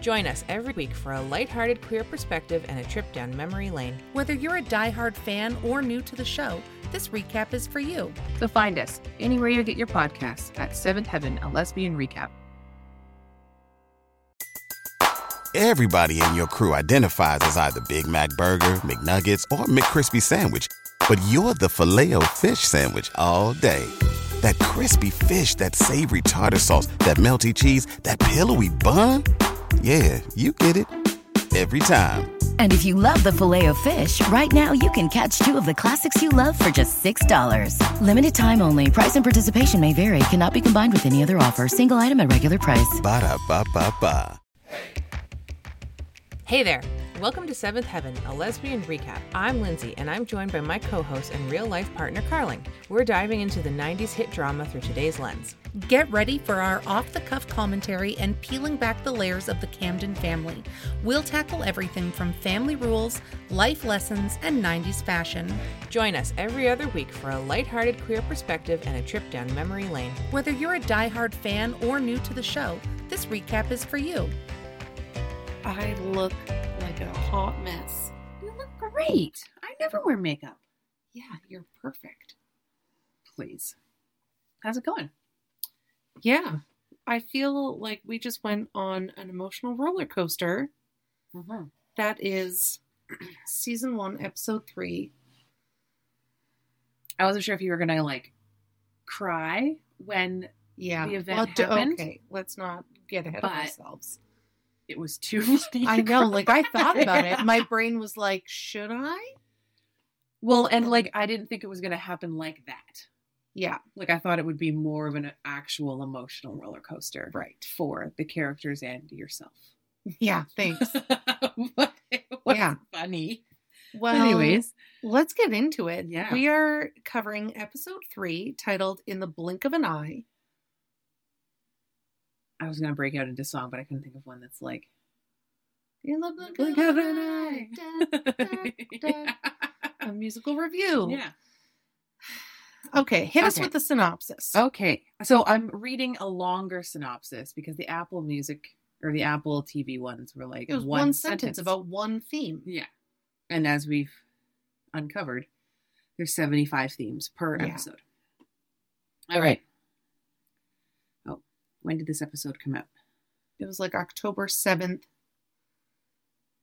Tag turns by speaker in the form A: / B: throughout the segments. A: Join us every week for a lighthearted queer perspective and a trip down memory lane.
B: Whether you're a diehard fan or new to the show, this recap is for you.
C: So find us anywhere you get your podcasts at Seventh Heaven, a lesbian recap.
D: Everybody in your crew identifies as either Big Mac Burger, McNuggets, or McCrispy Sandwich. But you're the filet fish Sandwich all day. That crispy fish, that savory tartar sauce, that melty cheese, that pillowy bun. Yeah, you get it. Every time.
E: And if you love the filet of fish, right now you can catch two of the classics you love for just $6. Limited time only. Price and participation may vary. Cannot be combined with any other offer. Single item at regular price.
D: Ba-da-ba-ba-ba.
A: Hey there! Welcome to Seventh Heaven, a lesbian recap. I'm Lindsay, and I'm joined by my co host and real life partner, Carling. We're diving into the 90s hit drama through today's lens.
B: Get ready for our off the cuff commentary and peeling back the layers of the Camden family. We'll tackle everything from family rules, life lessons, and 90s fashion.
A: Join us every other week for a lighthearted queer perspective and a trip down memory lane.
B: Whether you're a diehard fan or new to the show, this recap is for you.
C: I look like a hot mess. You look great. I never wear makeup. Yeah, you're perfect. Please. How's it going?
F: Yeah. I feel like we just went on an emotional roller coaster.
C: Mm-hmm.
F: That is season one, episode three.
C: I wasn't sure if you were gonna like cry when
F: Yeah.
C: The event
F: d-
C: happened.
F: Okay, let's not get ahead
C: But-
F: of ourselves.
C: it was too. funny
F: I
C: to
F: know,
C: cry.
F: like I thought about it. My brain was like, should I?
C: well, and like I didn't think it was gonna happen like that.
F: Yeah.
C: Like I thought it would be more of an actual emotional roller coaster,
F: Right.
C: For the characters and yourself.
F: Yeah, thanks.
C: but it was
F: Yeah.
C: funny.
F: Well,
C: Anyways,
F: let's get into it.
C: Yeah.
F: We are covering episode three titled In the Blink of an Eye.
C: I was gonna break out into song, but I couldn't think of one that's like.
F: In the Blink,
C: Blink
F: of
C: of
F: an
C: an
F: Eye. Da, da, da.
C: yeah.
F: A musical review.
C: Yeah.
F: Okay, Oh, hit us
C: Okay.
F: with the synopsis.
C: Okay. So I'm reading a longer synopsis because the Apple Music or the Apple TV ones were like
F: It was one, sentence, about one theme.
C: Yeah. And as we've uncovered, there's 75 themes per
F: Yeah.
C: episode. All right. Oh, when did this episode come out?
F: It was like October 7th,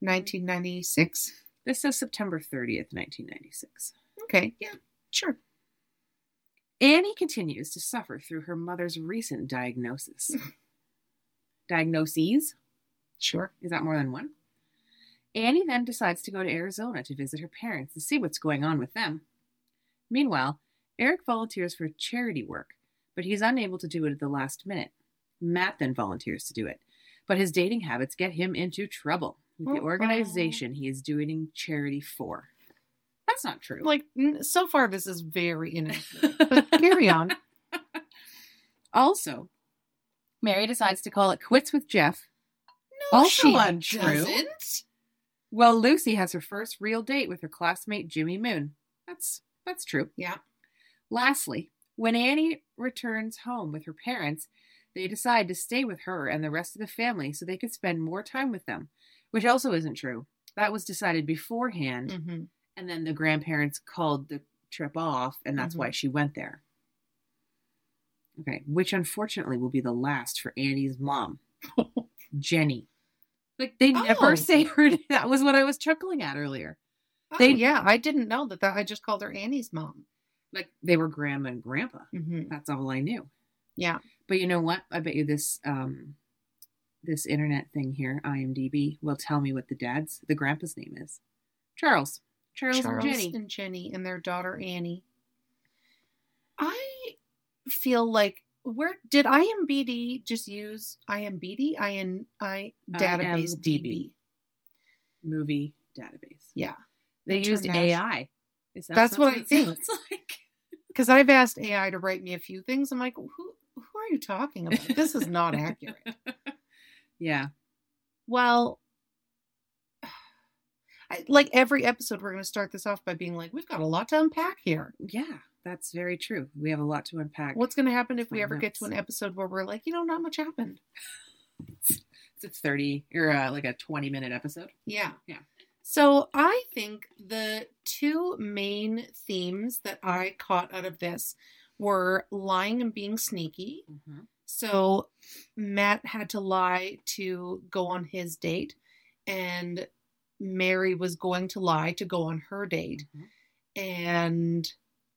F: 1996.
C: This says September 30th, 1996.
F: Okay, yeah, sure.
C: Annie continues to suffer through her mother's recent diagnosis. Diagnoses?
F: Sure.
C: Is that more than one? Annie then decides to go to Arizona to visit her parents and see what's going on with them. Meanwhile, Eric volunteers for charity work, but he's unable to do it at the last minute. Matt then volunteers to do it, but his dating habits get him into trouble with the
F: Uh-oh.
C: organization he is doing charity for. That's not true.
F: Like, n- so far, this is very inaccurate. But carry on.
C: Also, Mary decides to call it quits with Jeff.
F: No,
C: also
F: Oh, she
C: untrue.
F: doesn't.
C: Well, Lucy has her first real date with her classmate Jimmy Moon. That's that's true.
F: Yeah.
C: Lastly, when Annie returns home with her parents, they decide to stay with her and the rest of the family so they could spend more time with them, which also isn't true. That was decided beforehand,
F: Mm-hmm.
C: and then the grandparents called the trip off, and that's why she went there. Okay, which unfortunately will be the last for Annie's mom, Jenny. Like they
F: Oh.
C: never say her. That was what I was chuckling at earlier.
F: They, yeah, I didn't know that, that. I just called her Annie's mom.
C: Like they were grandma and grandpa.
F: Mm-hmm.
C: That's all I knew.
F: Yeah.
C: But you know what? I bet you this um this internet thing here, IMDb, will tell me what the dad's the grandpa's name is. Charles. Charles,
F: Charles
C: and Jenny.
F: and Jenny and their daughter Annie. I feel like where did IMBD just use IMBD? IN I database DB.
C: IMDb. Movie database.
F: Yeah.
C: They
F: It
C: used
F: turned out-
C: AI. Is that
F: That's what I
C: it
F: think.
C: sounds like.
F: Because I've asked AI to write me a few things. I'm like, who who are you talking about? This is not accurate.
C: yeah.
F: Well, I, like every episode, we're going to start this off by being like, we've got a lot to unpack here.
C: Yeah. That's very true. We have a lot to unpack.
F: What's going to happen if we
C: Find
F: ever
C: out
F: get to an
C: soon.
F: episode where we're like, you know, not much happened?
C: It's a 30 or uh, like a 20 minute episode.
F: Yeah.
C: Yeah.
F: So I think the two main themes that I caught out of this were lying and being sneaky.
C: Mm-hmm.
F: So Matt had to lie to go on his date, and Mary was going to lie to go on her date,
C: Mm-hmm.
F: and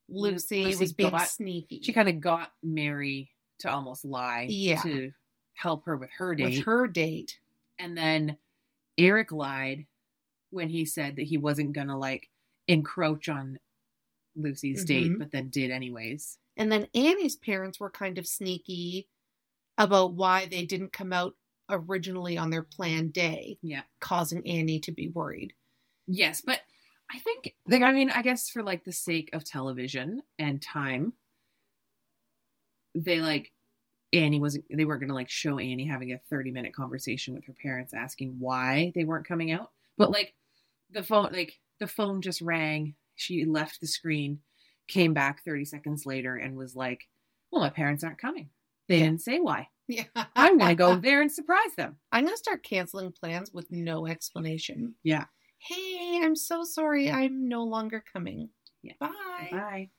C: Lu-
F: Lucy,
C: Lucy
F: was being
C: got-
F: sneaky
C: She kind of got Mary to almost lie
F: Yeah.
C: to help her with her date.
F: with her date.
C: and then Eric lied when he said that he wasn't going to like encroach on Lucy's date,
F: Mhm.
C: but then did anyways.
F: And then Annie's parents were kind of sneaky about why they didn't come out originally on their planned day,
C: Yeah.
F: causing Annie to be worried.
C: Yes, but I think like I mean, I guess for like the sake of television and time, they like Annie wasn't they weren't gonna like show Annie having a thirty minute conversation with her parents asking why they weren't coming out. But like the phone like the phone just rang, she left the screen, came back thirty seconds later and was like, Well, my parents aren't coming. They
F: Yeah.
C: didn't say why.
F: Yeah.
C: I'm gonna go there and surprise them.
F: I'm going to start canceling plans with no explanation.
C: Yeah.
F: Hey, I'm so sorry. I'm no longer coming.
C: Yeah.
F: Bye.
C: Bye.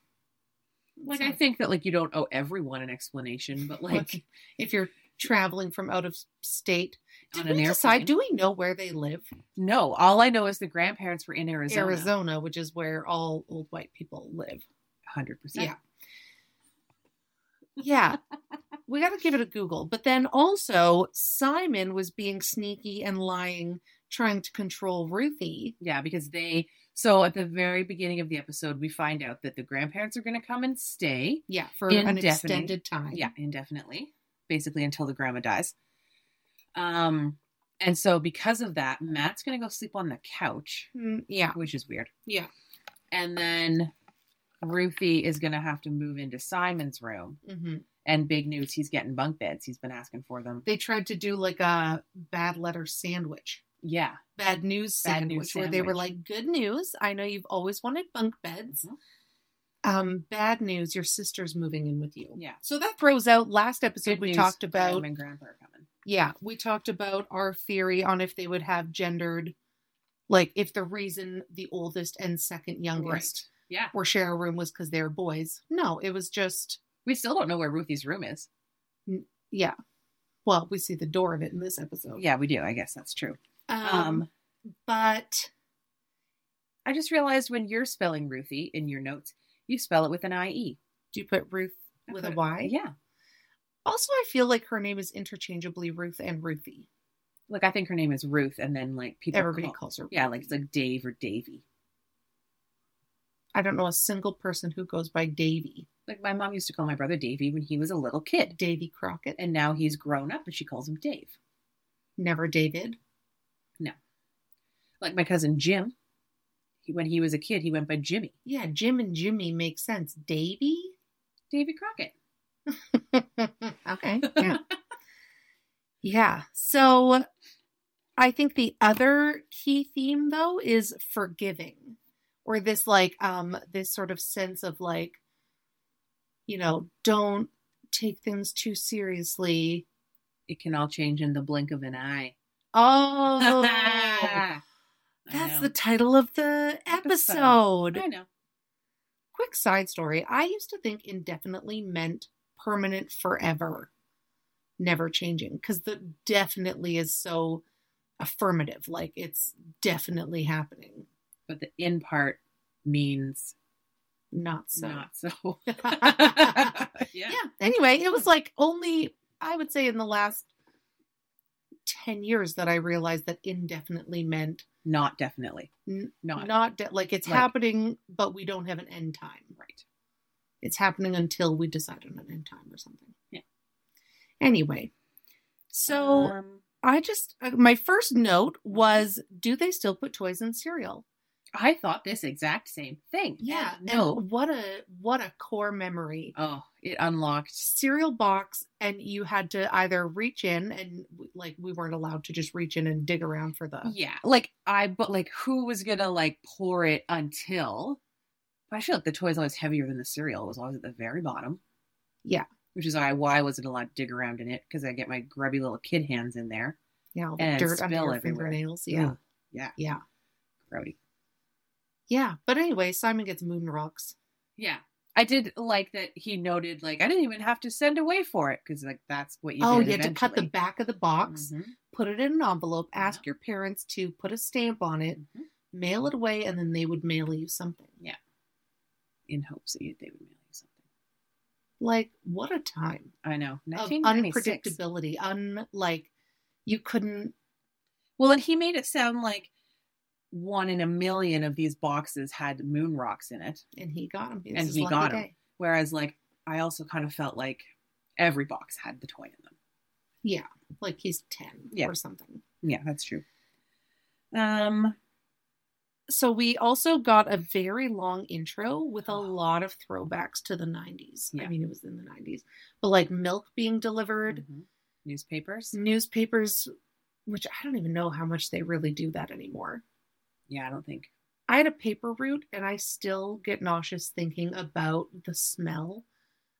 C: Like I
F: Sounds-
C: think that like you don't owe everyone an explanation, but like
F: Like, if you're traveling from out of state, did
C: on an
F: we
C: airplane.
F: decide? Do we know where they live?
C: no, all I know is the grandparents were in Arizona.
F: Arizona, which is where all old white people live.
C: hundred percent.
F: Yeah. Yeah. we got to give it a Google. But then also, Simon was being sneaky and lying, trying to control Ruthie.
C: yeah, because they. So at the very beginning of the episode, we find out that the grandparents are going to come and stay.
F: Yeah. For an
C: Indefinite.
F: extended time.
C: Yeah, indefinitely, basically until the grandma dies. Um, and so because of that, Matt's going to go sleep on the couch,
F: Mm, yeah.
C: which is weird.
F: Yeah.
C: And then Ruthie is going to have to move into Simon's room.
F: hmm
C: And big news, he's getting bunk beds. He's been asking for them.
F: They tried to do like a bad letter sandwich,
C: Yeah.
F: bad news
C: Bad
F: sandwich,
C: news
F: where they were
C: sandwich.
F: like, good news. I know you've always wanted bunk beds. Um, bad news, your sister's moving in with you.
C: Mm-hmm. Yeah.
F: So that throws out last episode
C: Good
F: we
C: news,
F: talked
C: grandma
F: about
C: and grandpa are coming.
F: yeah, we talked about our theory on if they would have gendered, like if the reason the oldest and second youngest
C: Yeah.
F: were share a room was because they were boys. No, it was just
C: We still don't know where Ruthie's room is.
F: yeah. Well, we see the door of it in this episode.
C: Yeah, we do. I guess that's true.
F: Um,
C: Um,
F: but
C: I just realized when you're spelling Ruthie in your notes, you spell it with an IE.
F: do you put Ruth
C: I
F: with
C: put
F: a
C: it-
F: Y?
C: Yeah.
F: Also, I feel like her name is interchangeably Ruth and Ruthie.
C: Like, I think her name is Ruth, and then, like, people.
F: Everybody
C: call-
F: calls her.
C: Yeah,
F: Ruth.
C: like, it's like Dave or Davy.
F: I don't know a single person who goes by Davy.
C: Like, my mom used to call my brother Davy when he was a little kid,
F: Davy Crockett.
C: and now he's grown up and she calls him Dave.
F: Never David.
C: Like, my cousin Jim, he, when he was a kid, he went by Jimmy.
F: Yeah, Jim and Jimmy make sense. Davy.
C: Davy Crockett.
F: okay. Yeah. yeah. So I think the other key theme though is forgiving or this like um this sort of sense of like you know, don't take things too seriously.
C: It can all change in the blink of an eye.
F: Oh.
C: I
F: That's
C: know.
F: the title of the episode.
C: Episode. I know.
F: Quick side story. I used to think indefinitely meant permanent forever, never changing, because the definitely is so affirmative. Like it's definitely happening.
C: But the in part means
F: Not so.
C: not so.
F: yeah. Anyway, it was like only, I would say, in the last 10 years that I realized that indefinitely meant
C: Not definitely.
F: N-
C: Not,
F: not, de- like it's
C: Like-
F: happening, but we don't have an end time.
C: right.
F: It's happening until we decide on an end time or something.
C: Yeah.
F: Anyway, so
C: Um,
F: I just uh, my first note was, do they still put toys in cereal?
C: I thought this exact same thing.
F: Yeah.
C: And no.
F: And what a what a core memory.
C: Oh, it unlocked.
F: Cereal box, and you had to either reach in and like we weren't allowed to just reach in and dig around for the.
C: Yeah. Like I but like who was gonna like pour it until but I feel like the toy's always heavier than the cereal. It was always at the very bottom.
F: Yeah.
C: Which is why why I wasn't allowed to dig around in it, because I get my grubby little kid hands in there.
F: Yeah, all the
C: And
F: dirt under
C: spill
F: your
C: everywhere. Mm.
F: fingernails. Yeah.
C: Ugh. Yeah.
F: Yeah.
C: Grody.
F: Yeah. But anyway, Simon gets moon rocks.
C: Yeah. I did like that he noted like I didn't even have to send away for it because like that's what you
F: oh,
C: did
F: you had to cut the
C: eventually.
F: back of the box,
C: Mhm.
F: put it in an envelope, ask your parents to put a stamp on it,
C: Mhm.
F: mail it away, and then they would mail you something.
C: in hopes that you, they would mail you something.
F: Like, what a time
C: I know.
F: of
C: 1996.
F: unpredictability. Unlike, you couldn't.
C: Well, and he made it sound like one in a million of these boxes had moon rocks in it,
F: And he got him.
C: And he got 'em. whereas like I also kind of felt like every box had the toy in them.
F: Yeah, like he's ten
C: Yeah.
F: or something.
C: Yeah, that's true. Um,
F: So we also got a very long intro with a
C: Oh.
F: lot of throwbacks to the '90s. I
C: Yeah.
F: mean, it was in the '90s, but like milk being delivered,
C: mhm. newspapers.
F: Mm. newspapers, which I don't even know how much they really do that anymore.
C: Yeah, I don't think.
F: I had a paper route and I still get nauseous thinking about the smell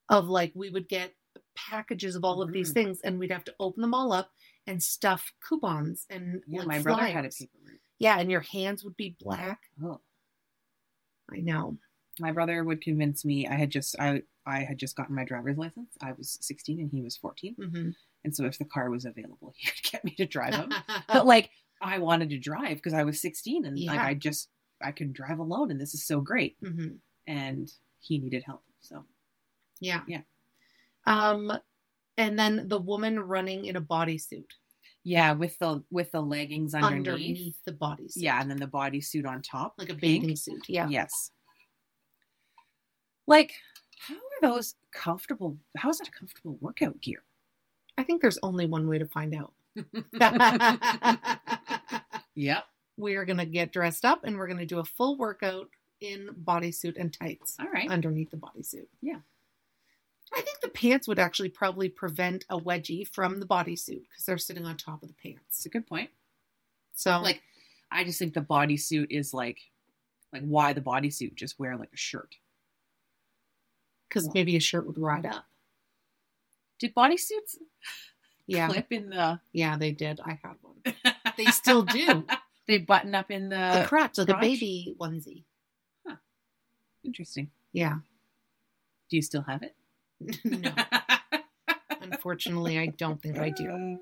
F: of like we would get packages of all of these
C: Mhm.
F: things and we'd have to open them all up and stuff coupons and
C: Yeah,
F: like,
C: my brother had a
F: flyers.
C: paper route.
F: Yeah, and your hands would be black.
C: Oh,
F: I know.
C: my brother would convince me. I had just I I had just gotten my driver's license. I was 16 and he was 14,
F: Mm-hmm.
C: and so if the car was available, he would get me to drive him. but like I wanted to drive because I was 16 and like
F: Yeah.
C: I just I could drive alone and this is so great
F: hmm
C: and he needed help so
F: Yeah.
C: Yeah.
F: Um, and then the woman running in a bodysuit
C: yeah with the with the leggings underneath,
F: underneath, the bodysuit.
C: yeah and then the bodysuit on top
F: Like a
C: pink.
F: bathing suit. Yeah.
C: yes like how are those comfortable how is that a comfortable workout gear
F: I think there's only one way to find out.
C: yep
F: we are going to get dressed up and we're going to do a full workout in bodysuit and tights
C: all right
F: underneath the bodysuit.
C: Yeah.
F: I think the pants would actually probably prevent a wedgie from the bodysuit because they're sitting on top of the
C: it's
F: pants.
C: a good point
F: So,
C: like I just think the bodysuit is like like why the bodysuit just wear like a shirt
F: because maybe a shirt would ride up.
C: did bodysuits
F: Yeah.
C: clip in the
F: Yeah, they did. I had one. They still do.
C: they button up in
F: The
C: the
F: crotch, like a
C: Uh, crotch?
F: baby onesie.
C: interesting
F: Yeah.
C: do you still have it
F: no, unfortunately, I don't think I do.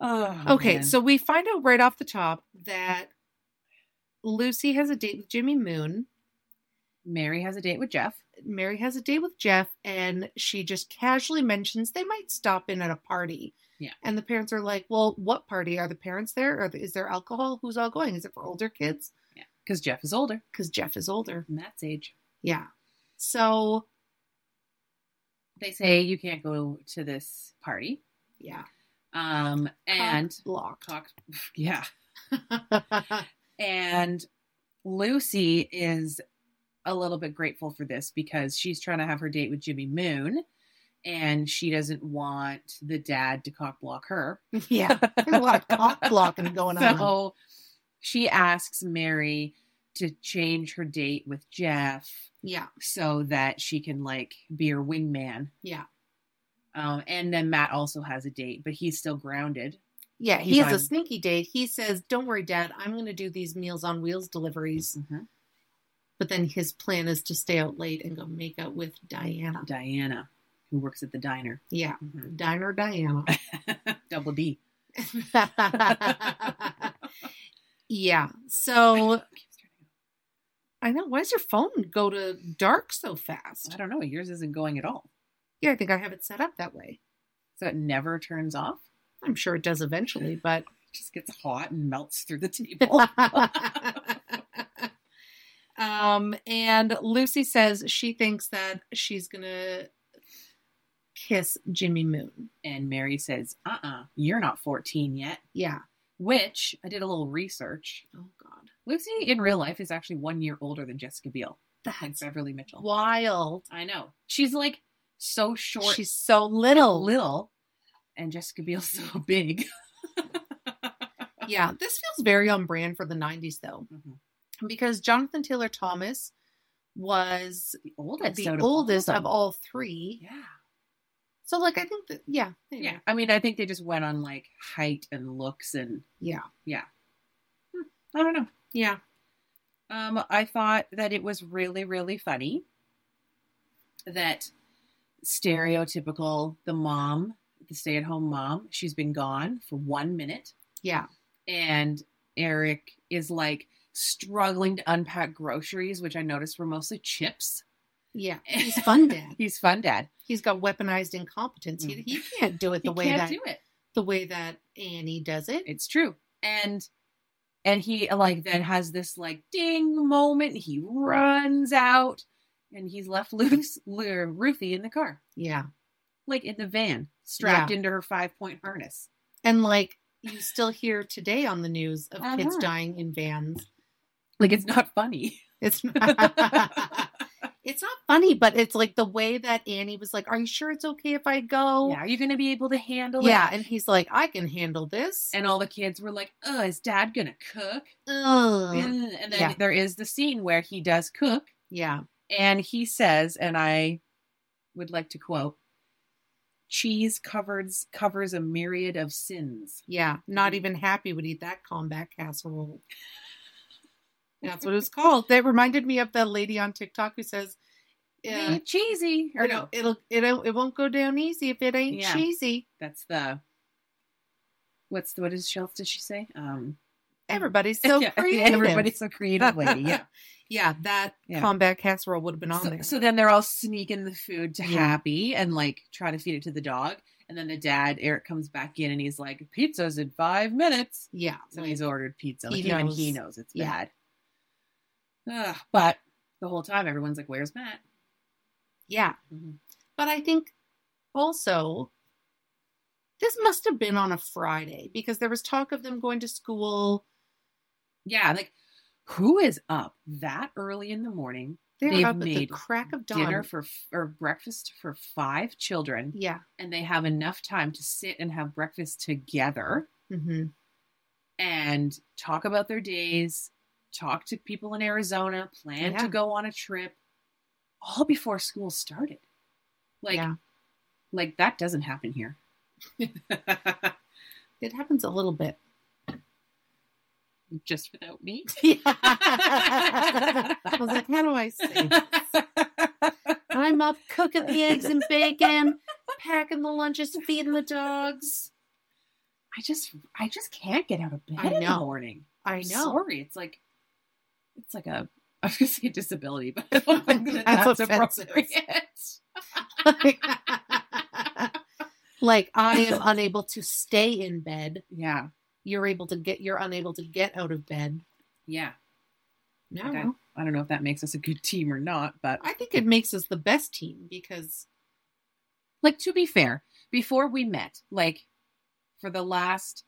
C: oh,
F: Okay,
C: man.
F: so we find out right off the top that Lucy has a date with Jimmy Moon.
C: mary has a date with jeff
F: Mary has a date with Jeff, and she just casually mentions they might stop in at a party.
C: Yeah.
F: And the parents are like, "Well, what party? Are the parents there? Or is there alcohol? Who's all going? Is it for older kids?
C: because jeff is older
F: Because Jeff is older."
C: and that's age
F: Yeah. So
C: they say you can't go to this party
F: yeah,
C: um and
F: block.
C: cock yeah and lucy is a little bit grateful for this because she's trying to have her date with jimmy moon and she doesn't want the dad to cock block her
F: yeah, there's a lot of cock blocking going on.
C: So she asks Mary to change her date with Jeff
F: Yeah,
C: so that she can like be her wingman.
F: yeah,
C: Um, and then Matt also has a date, but he's still grounded.
F: yeah.
C: He's
F: He has a
C: on-
F: sneaky date. He says, "Don't worry, Dad. I'm going to do these Meals on Wheels deliveries." But then his plan is to stay out late and go make out with Diana.
C: Diana, who works at the diner,
F: Yeah. Diner Diana.
C: double D.
F: yeah. So I know. Why does your phone go to dark so
C: I
F: fast?
C: don't know. Yours isn't going at all,
F: Yeah, I think I have it set up that way.
C: so it never turns off.
F: I'm sure it does eventually, but oh.
C: It just gets hot and melts through the table.
F: um and Lucy says she thinks that she's gonna kiss Jimmy Moon.
C: and Mary says, "Uh, uh-uh, uh, you are not 14 yet."
F: Yeah.
C: Which I did a little research.
F: Oh god.
C: Lucy in real life is actually one year older than Jessica Biel and
F: That's
C: Beverly Mitchell.
F: wild.
C: I know. She's like so short,
F: She's so little.
C: little, and Jessica Biel's so big.
F: Yeah, this feels very on brand for the 90s though,
C: Mhm.
F: because Jonathan Taylor Thomas was
C: The oldest.
F: the
C: out of all
F: oldest
C: of
F: of
C: them.
F: all three.
C: Yeah.
F: So like I think that yeah, anyway.
C: Yeah. I mean, I think they just went on like height and looks and
F: Yeah.
C: Yeah. Hmm, I don't know.
F: Yeah.
C: Um, I thought that it was really, really funny that stereotypical the mom, the stay at home mom, she's been gone for one minute,
F: Yeah.
C: and Eric is like struggling to unpack groceries, which I noticed were mostly chips.
F: Yeah. He's fun dad.
C: He's fun, Dad.
F: He's got weaponized incompetence. He,
C: Mm.
F: he can't do it the
C: he
F: way
C: can't
F: that
C: do it.
F: the way that Annie does it.
C: It's true. And and he like then has this like ding moment. He runs out and he's left loose Ruthie in the car.
F: yeah.
C: like in the van, strapped into her five point harness.
F: And like you still hear today on the news of kids
C: Uh-huh.
F: dying in vans.
C: Like it's not funny.
F: It's It's not funny, but it's like the way that Annie was like, "Are you sure it's okay if I go?"
C: yeah, are you gonna be able to handle
F: Yeah,
C: it?
F: and he's like, "I can handle this."
C: And all the kids were like, "Oh, is Dad gonna cook?"
F: Ugh.
C: Mm, And then
F: Uh, Yeah.
C: there is the scene where he does cook,
F: Yeah.
C: and he says, and I would like to quote. Cheese covers covers a myriad of sins.
F: Yeah,
C: Mm.
F: not even happy would eat that combat casserole. That's what it was called. That reminded me of that lady on TikTok who says,
C: Yeah.
F: "Yeah,
C: Cheesy. Or no.
F: it'll it'll it won't go down easy if it ain't
C: Yeah.
F: cheesy."
C: That's the what's the what is shelf did she say? Um
F: Everybody's so
C: yeah,
F: creative.
C: Everybody's so creative, lady. Yeah.
F: yeah, that
C: Yeah.
F: combat casserole would have been on
C: so,
F: there.
C: so then they're all sneaking the food to
F: Yeah.
C: Happy and like trying to feed it to the dog. And then the dad, Eric, comes back in and he's like, pizza's in five minutes.
F: yeah,
C: So he's ordered pizza.
F: He
C: Like, even
F: knows.
C: he knows it's
F: Yeah.
C: bad. Ugh, but the whole time, everyone's like, where's Matt?
F: yeah.
C: Mm-hmm.
F: But I think also this must have been on a Friday because there was talk of them going to school.
C: Yeah, like, who is up that early in the morning?
F: They're
C: They've
F: up at the
C: made
F: crack of dawn.
C: Dinner for f- or breakfast for five children,
F: yeah.
C: and they have enough time to sit and have breakfast together. Mm-hmm.
F: hmm
C: and talk about their days, talk to people in Arizona, plan
F: Yeah.
C: to go on a trip, all before school started. Like,
F: Yeah.
C: like that doesn't happen here.
F: It happens a little bit.
C: Just without me.
F: I was like, how do I say? this? I'm up cooking the eggs and bacon, packing the lunches, feeding the dogs.
C: I just, I just can't get out of bed
F: I
C: in the
F: know.
C: morning.
F: I
C: I'm
F: know.
C: Sorry, it's like, it's like a. I was gonna say disability, but I don't think that
F: That's
C: that's,
F: offensive.
C: appropriate.
F: like I am unable to stay in bed.
C: Yeah,
F: You're able to get. You're unable to get out of bed.
C: yeah.
F: No,
C: Okay. I don't know if that makes us a good team or not, but
F: I think it makes us the best team because
C: like to be fair, before we met, like for the last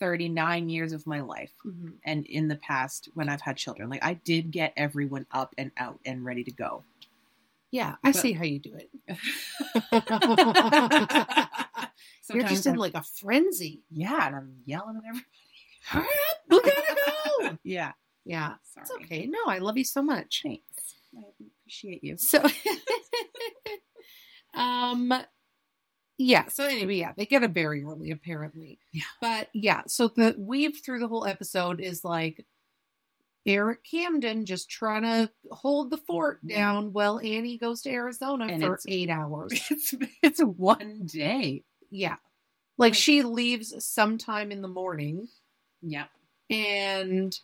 C: 39 years of my life
F: Mhm.
C: and in the past when I've had children, like I did get everyone up and out and ready to go.
F: yeah, I
C: But-
F: see how you do it. You're
C: Sometimes
F: just in
C: I'm-
F: like a frenzy.
C: yeah, and I'm yelling at everybody.
F: Hurry up, we gotta go.
C: Yeah,
F: Yeah,
C: sorry.
F: it's okay. No, I love you so much.
C: Thanks. I appreciate you.
F: So, um, yeah. So anyway, yeah, they get a very early apparently.
C: Yeah.
F: But yeah, so the weave through the whole episode is like Eric Camden just trying to hold the fort
C: Yeah.
F: down while Annie goes to Arizona
C: And
F: for
C: it's-
F: eight hours.
C: It's it's one day.
F: Yeah. Like
C: Like-
F: she leaves sometime in the morning
C: Yep.
F: and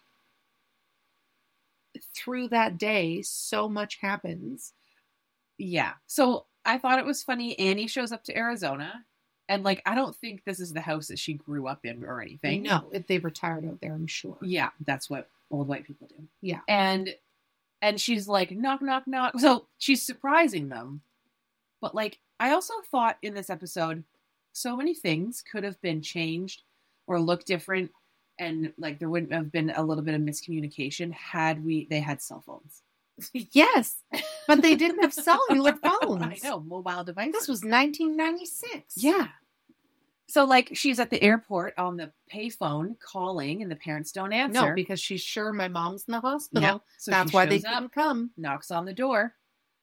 F: through that day so much happens.
C: Yeah. So I thought it was funny. Annie shows up to Arizona, and like I don't think this is the house that she grew up in or
F: They
C: anything.
F: know if they retired out there, I'm sure.
C: Yeah, that's what old white people do.
F: Yeah.
C: And and she's like knock knock knock. So she's surprising them. But like I also thought in this episode so many things could have been changed or looked different and like there wouldn't have been a little bit of miscommunication had we they had cell phones.
F: Yes, but they didn't have cellular phones.
C: I know mobile devices.
F: This was 1996.
C: yeah. So like she's at the airport on the payphone calling, and the parents don't answer.
F: No, because she's sure my mom's in the hospital.
C: Yeah. So she
F: That's why they
C: shows up,
F: didn't come.
C: knocks on the door,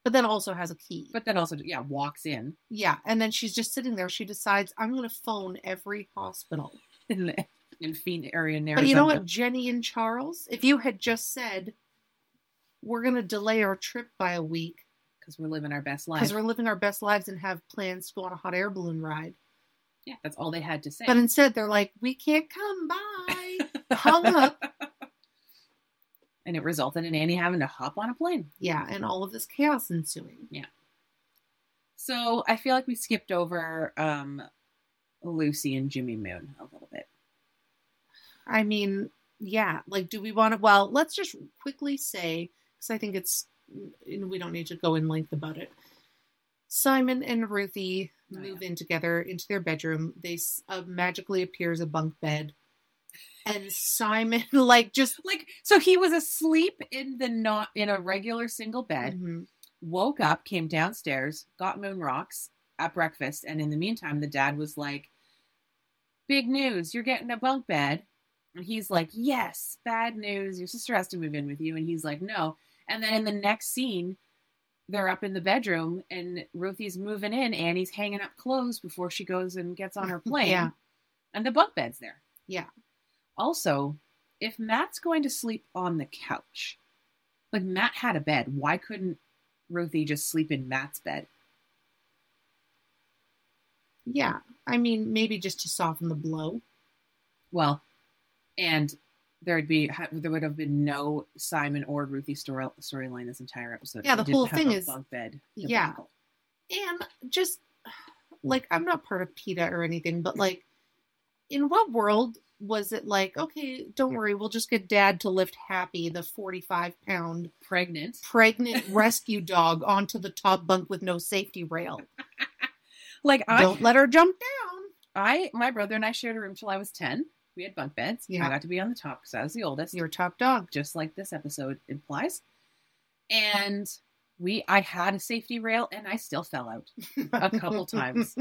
F: But then also has a key.
C: but then also yeah walks in.
F: yeah, and then she's just sitting there. She decides I'm going to phone every hospital.
C: in, in Phoenix area in Arizona.
F: But you know what, Jenny and Charles, if you had just said we're going to delay our trip by a week
C: Because we're living our best life.
F: because we're living our best lives and have plans to go on a hot air balloon ride.
C: Yeah, that's all they had to say.
F: But instead, they're like, we can't come. Bye. Hung up.
C: and it resulted in Annie having to hop on a plane.
F: Yeah, and all of this chaos ensuing.
C: So I feel like we skipped over um, Lucy and Jimmy Moon a little bit.
F: I mean, yeah, like, do we want to? Well, let's just quickly say, because I think it's, and we don't need to go in length about it. Simon and Ruthie
C: Oh,
F: move in together into their bedroom. They s- uh, magically appears a bunk bed, and Simon like just
C: Like, so he was asleep in the not in a regular single bed.
F: Mhm.
C: Woke up, came downstairs, got moon rocks at breakfast, and in the meantime, the dad was like, "Big news! You're getting a bunk bed." And he's like, "Yes, bad news. Your sister has to move in with you." And he's like, "No." And then in the next scene, they're up in the bedroom, and Ruthie's moving in. Annie's hanging up clothes before she goes and gets on her plane.
F: Yeah.
C: And the bunk bed's there.
F: Yeah.
C: Also, if Matt's going to sleep on the couch, like Matt had a bed, why couldn't Ruthie just sleep in Matt's bed?
F: yeah. I mean, maybe just to soften the blow.
C: Well, and there'd be ha- there would have been no Simon or Ruthie story storyline this entire episode. if
F: Yeah,
C: they
F: the
C: didn't
F: whole
C: have
F: thing
C: a
F: is-
C: bunk bed.
F: yeah.
C: debacle.
F: and just like I'm not part of PETA or anything, but like, in what world was it like? Okay, don't worry, we'll just get Dad to lift Happy, the 45 pound
C: pregnant.
F: pregnant rescue dog, onto the top bunk with no safety rail.
C: Like I,
F: Don't let her jump down.
C: I, my brother and I shared a room till I was ten. We had bunk beds.
F: Yeah.
C: I got to be on the top because I was the oldest.
F: You're a top dog.
C: just like this episode implies. And we I had a safety rail and I still fell out. A couple times.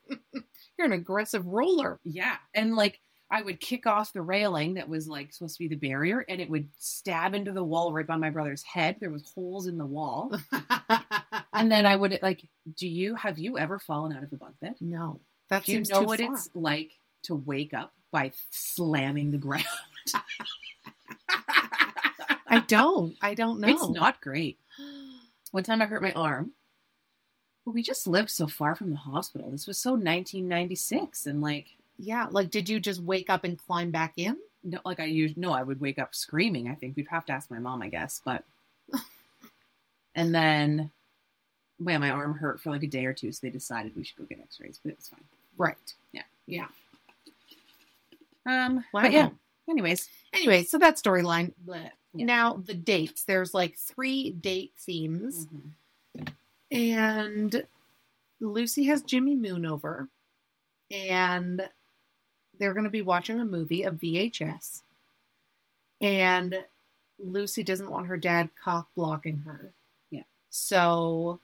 F: You're an aggressive roller.
C: Yeah. And like I would kick off the railing that was like supposed to be the barrier and it would stab into the wall right by my brother's head. There was holes in the wall. And then I would like, do you have you ever fallen out of a bunk bed?
F: no, that
C: Do you
F: seems
C: know
F: too
C: what
F: far.
C: it's like to wake up by slamming the ground?
F: I don't. I don't know.
C: It's not great. One time I hurt my arm. But we just lived so far from the hospital. This was so 1996, and like,
F: Yeah, like did you just wake up and climb back in?
C: no, like I used no, I would wake up screaming. I think we'd have to ask my mom, I guess. But and then, well, my arm hurt for like a day or two, so they decided we should go get X-rays, but it was fine.
F: Right.
C: Um,
F: Wow.
C: but yeah. Anyways,
F: Anyway, so that storyline. bleh.
C: Yeah.
F: Now the dates. There's like three date themes, and Lucy has Jimmy Moon over, and they're going to be watching a movie, a VHS, and Lucy doesn't want her dad cock blocking her.
C: Yeah.
F: So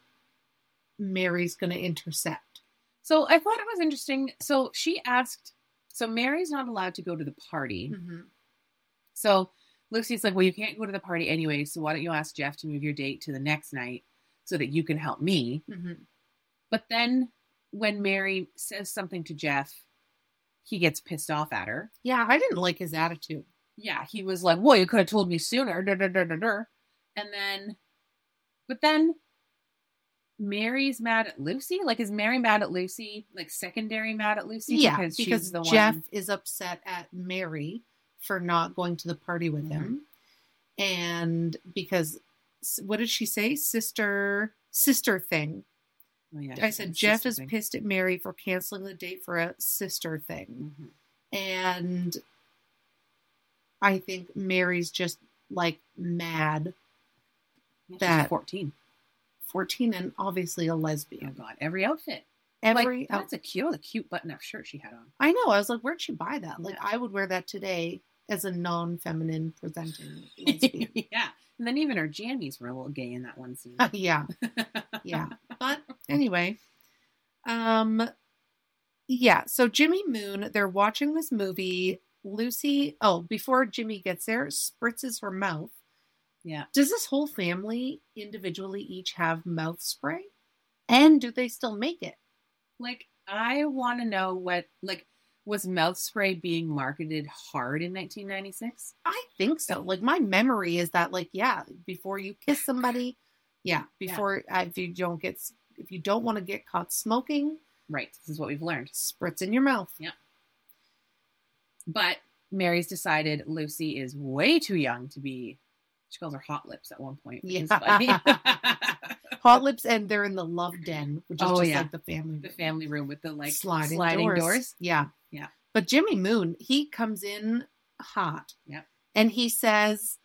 F: Mary's going to intercept.
C: so I thought it was interesting. So she asked. So Mary's not allowed to go to the party.
F: Mm-hmm.
C: So Lucy's like, Well, you can't go to the party anyway, so why don't you ask Jeff to move your date to the next night so that you can help me?
F: Mhm.
C: But then when Mary says something to Jeff, he gets pissed off at her.
F: Yeah, I didn't like his attitude.
C: Yeah, he was like, Well, you could have told me sooner. da, da, da, da, da." And then, but then Mary's mad at Lucy. Like, is Mary mad at Lucy? Like, secondary mad at Lucy?
F: yeah,
C: because,
F: because,
C: she's the
F: Jeff
C: one.
F: is upset at Mary for not going to the party with him,
C: Mm-hmm.
F: and because s- what did she say, sister sister thing?
C: Oh, yeah,
F: I
C: she's
F: said
C: his
F: Jeff
C: sister
F: is
C: thing.
F: pissed at Mary for canceling the date for a sister thing,
C: Mhm.
F: and I think Mary's just like mad.
C: Yeah, she's
F: that-
C: 14.
F: 14 and obviously a
C: Oh,
F: lesbian.
C: God. Every outfit.
F: Every
C: like, that's a cute, what a cute button-up shirt she had on.
F: I know. I was like, where'd she buy that? Like, I would wear that today as a non-feminine presenting. lesbian.
C: yeah, and then even her jammies were a little gay in that one scene.
F: yeah, yeah. But anyway, um, yeah. So Jimmy Moon, they're watching this movie. Lucy, oh, before Jimmy gets there, spritzes her mouth.
C: yeah.
F: Does this whole family individually each have mouth spray? And do they still make it?
C: Like I want to know what like was mouth spray being marketed hard in 1996?
F: I think so. Like my memory is that like yeah, before you kiss somebody, yeah,
C: Yeah.
F: before Uh, if you don't get s- if you don't want to get caught smoking,
C: Right. This is what we've learned.
F: spritz in your mouth.
C: But Mary's decided Lucy is way too young to be. She calls her hot lips at one point. Which is
F: Yeah.
C: funny.
F: Hot lips and they're in the love den, which is
C: Oh,
F: just
C: yeah.
F: like the family
C: the
F: room.
C: family room with the like sliding,
F: sliding,
C: doors.
F: doors. Yeah.
C: Yeah.
F: But Jimmy Moon, he comes in hot.
C: Yep.
F: And he says,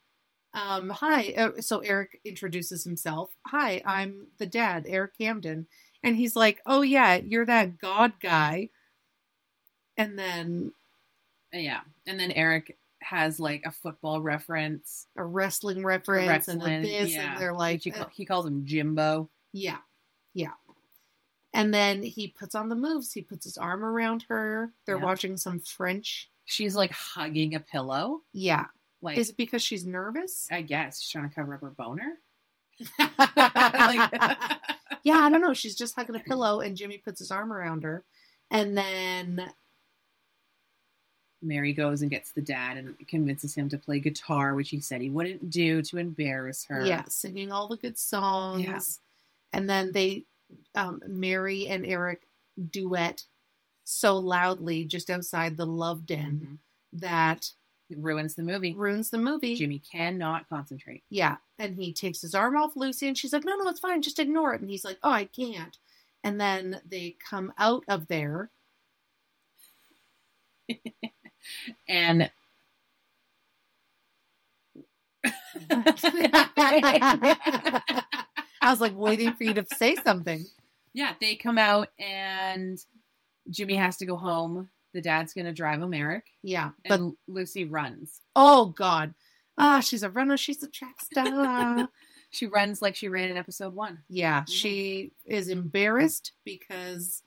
F: um, hi. Uh, so Eric introduces himself. Hi, I'm the dad, Eric Camden. And he's like, oh, yeah, you're that God guy. And then
C: Yeah. And then Eric has like a football reference.
F: a wrestling reference and then
C: Wrestling,
F: this.
C: yeah.
F: And they're
C: Like
F: like,
C: she call, he calls him Jimbo.
F: Yeah. Yeah. And then he puts on the moves. He puts his arm around her. They're
C: Yeah.
F: watching some French.
C: She's like hugging a pillow.
F: Yeah.
C: Like
F: Is it because she's nervous?
C: I guess she's trying to cover up her boner.
F: yeah,
C: Like-
F: I don't know. She's just hugging a pillow, and Jimmy puts his arm around her. And then,
C: Mary goes and gets the dad and convinces him to play guitar, which he said he wouldn't do to embarrass her.
F: yeah, singing all the good songs.
C: Yeah.
F: And then they, um, Mary and Eric duet so loudly just outside the love den
C: Mhm.
F: that
C: It ruins the movie.
F: ruins the movie.
C: Jimmy cannot concentrate.
F: Yeah. And he takes his arm off Lucy, and she's like, no, no, it's fine. Just ignore it. And he's like, oh, I can't. And then they come out of there.
C: And yeah,
F: I was like waiting for you to say something.
C: they come out and Jimmy has to go home. The dad's going to drive him, Eric.
F: Yeah. But
C: And Lucy runs.
F: oh god. Ah, she's a runner, she's a track star.
C: She runs like she ran in episode one.
F: yeah, she is embarrassed because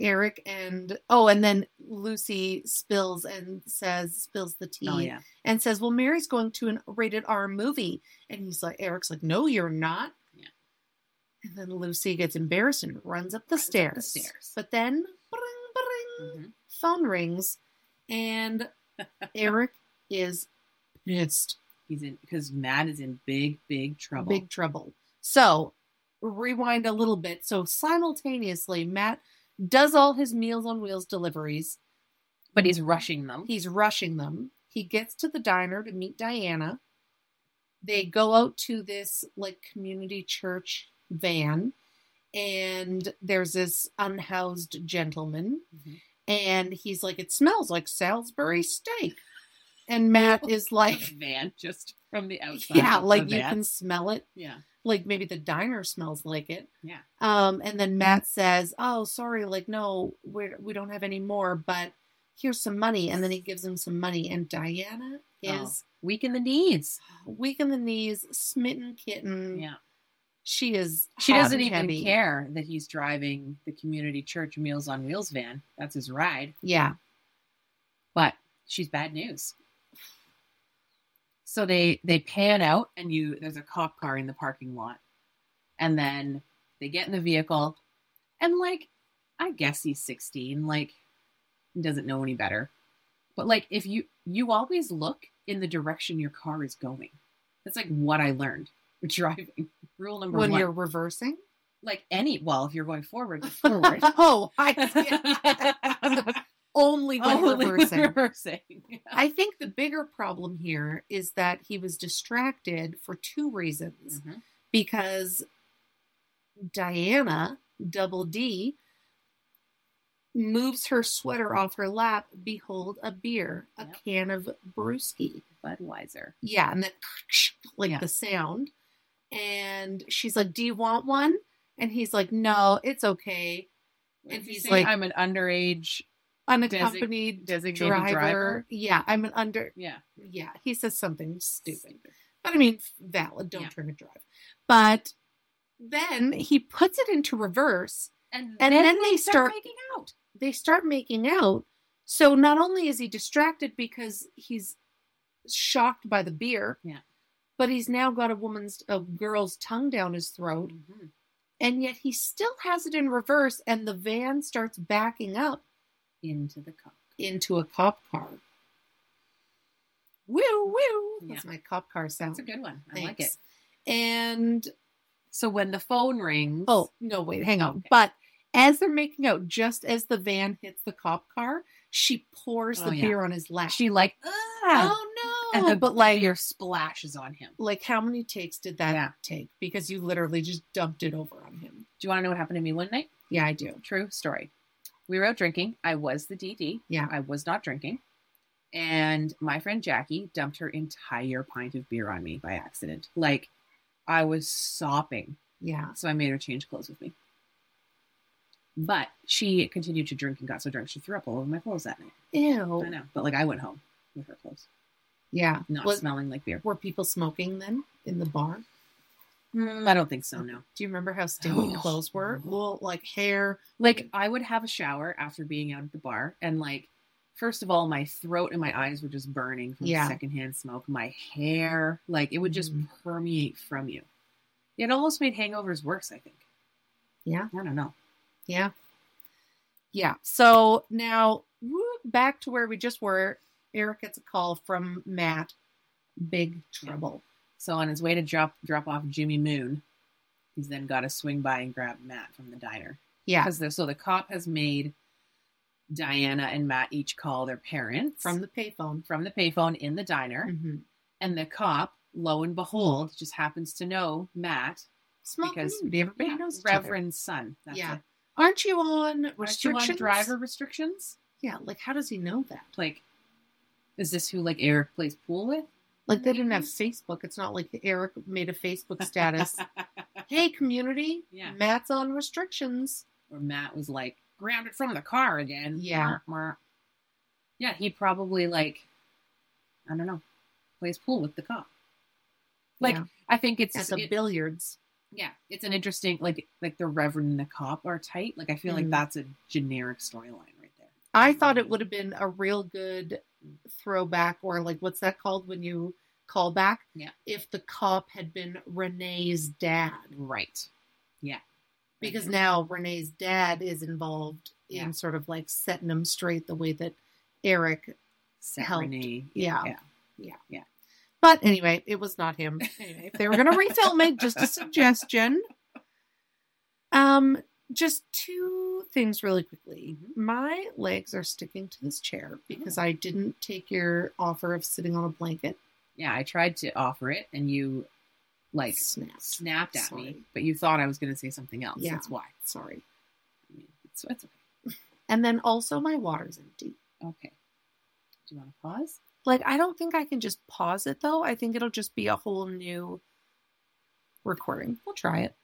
F: Eric and oh, and then Lucy spills and says spills the
C: Oh,
F: tea and says, "Well, Mary's going to an rated R movie," and he's like, "Eric's like, no, you're not."
C: Yeah.
F: And then Lucy gets embarrassed and runs up the,
C: Runs up
F: stairs.
C: the stairs.
F: But then, bring, bring,
C: Mhm.
F: phone rings, and Eric is pissed.
C: He's in because Matt is in big, big trouble.
F: Big trouble. So, rewind a little bit. So, simultaneously, Matt does all his Meals on Wheels deliveries.
C: but he's rushing them.
F: He's rushing them. He gets to the diner to meet Diana. They go out to this like community church van, and there's this unhoused gentleman,
C: Mhm.
F: and he's like, "It smells like Salisbury steak," and Matt is like,
C: The van just from the outside.
F: "Yeah,
C: of the
F: like you
C: van.
F: can smell it.
C: Yeah.
F: Like maybe the diner smells like it."
C: Yeah.
F: Um, and then Matt says, "Oh, sorry, like no, we we don't have any more, but here's some money." And then he gives him some money, and Diana
C: Oh.
F: is
C: Weak in the knees.
F: weak in the knees, smitten kitten.
C: Yeah.
F: She is.
C: She
F: hot
C: doesn't
F: and
C: even
F: heavy.
C: care that he's driving the community church Meals on Wheels van. That's his ride.
F: Yeah,
C: But she's bad news. So they they pan out and you there's a cop car in the parking lot. And then they get in the vehicle and like I guess he's 16, like he doesn't know any better. But like if you you always look in the direction your car is going. That's like what I learned with driving. Rule number
F: when
C: one.
F: you're reversing.
C: like any well if you're going forward forward
F: oh, I only when
C: Only when
F: reversing.
C: reversing.
F: I think the bigger problem here is that he was distracted for two reasons.
C: Mhm.
F: because Diana, double D, moves her sweater off her lap. Behold, a beer, a
C: Yep.
F: can of brewski.
C: Budweiser.
F: Yeah, and then like
C: Yeah.
F: the sound. And she's like, Do you want one? And he's like, No, it's okay.
C: If
F: he's
C: he's like,
F: like-
C: I'm an underage
F: Unaccompanied
C: designated
F: driver.
C: driver.
F: Yeah, I'm an under.
C: Yeah.
F: Yeah, he says something stupid.
C: Stupid.
F: But I mean, valid. Don't
C: Yeah.
F: drink and drive. But then he puts it into reverse. And then they start-
C: making out.
F: They start making out. So not only is he distracted because he's shocked by the beer,
C: Yeah.
F: but he's now got a woman's, a girl's tongue down his throat.
C: Mhm.
F: and yet he still has it in reverse and the van starts backing up
C: Into the cup.
F: into a cop car woo woo that's
C: Yeah.
F: my cop car sound
C: That's a good one. I like it.
F: Thanks. and
C: So when the phone rings,
F: oh no wait hang on
C: Okay.
F: but as they're making out just as the van hits the cop car she pours
C: Oh,
F: the
C: yeah.
F: beer on his lap
C: she like, ah,
F: oh no
C: and the
F: but like
C: your splashes on him.
F: like how many takes did that
C: Yeah.
F: take because you literally just dumped it over on him
C: Do you want to know what happened to me one night?
F: yeah i do
C: True story. We were out drinking. I was the DD.
F: Yeah.
C: I was not drinking. And my friend Jackie dumped her entire pint of beer on me by accident. Like, I was sopping.
F: yeah
C: So I made her change clothes with me. But she continued to drink and got so drunk she threw up all over my clothes that night.
F: ew
C: I know. But like, I went home with her clothes,
F: yeah
C: not
F: Was-
C: smelling like beer.
F: Were people smoking then in the bar?
C: Mm, I don't think so. No.
F: Do you remember how stinky
C: Oh.
F: clothes were? Well, like hair.
C: Like I would have a shower after being out at the bar, and like, first of all, my throat and my eyes were just burning from
F: Yeah.
C: the secondhand smoke. My hair, like, it would just
F: Mhm.
C: permeate from you. It almost made hangovers worse. I think.
F: Yeah.
C: I don't know.
F: Yeah. Yeah. So now whoop, back to where we just were. Eric gets a call from Matt. Big trouble.
C: So on his way to drop drop off Jimmy Moon, he's then got to swing by and grab Matt from the diner
F: Yeah.
C: because so the cop has made Diana and Matt each call their parents
F: From the payphone.
C: from the payphone in the diner,
F: Mm-hmm.
C: and the cop, lo and behold, just happens to know Matt
F: Small
C: Because
F: community, everybody knows each other.
C: Reverend's son. That's
F: Yeah.
C: it.
F: Aren't you on
C: Aren't you
F: restrictions?
C: on driver restrictions?
F: Yeah. Like, how does he know that?
C: Like, is this who like Eric plays pool with?
F: Like, they didn't have Facebook. It's not like Eric made a Facebook status. hey, community.
C: Yeah.
F: Matt's on restrictions.
C: or Matt was like grounded from the car again.
F: Yeah.
C: Mwah, mwah. Yeah, he probably like, I don't know, plays pool with the cop. Like,
F: Yeah.
C: I think it's
F: At the
C: it-
F: billiards.
C: yeah, it's an interesting like like the Reverend and the cop are tight. Like I feel
F: Mhm.
C: like that's a generic storyline right there.
F: I thought it would have been a real good throwback, or like what's that called when you call back?
C: Yeah.
F: If the cop had been Renee's dad,
C: right. Yeah,
F: because now Renee's dad is involved
C: Mm-hmm. Yeah.
F: in sort of like setting him straight the way that Eric.
C: Set
F: helped.
C: Renee-
F: Yeah.
C: Yeah.
F: Yeah.
C: Yeah.
F: But anyway, it was not him. Anyway, if they were going to refilm it, just a suggestion. Um, just two things really quickly.
C: Mhm.
F: My legs are sticking to this chair because
C: Oh.
F: I didn't take your offer of sitting on a blanket.
C: Yeah, I tried to offer it and you like
F: snapped.
C: snapped at me,
F: Sorry.
C: but you thought I was going to say something else.
F: Yeah.
C: That's why.
F: Sorry.
C: I mean, it's, it's
F: And then also my water's empty.
C: okay. Okay. Do you want to pause?
F: Like I don't think I can just pause it though. I think it'll just be a whole new recording. We'll try it.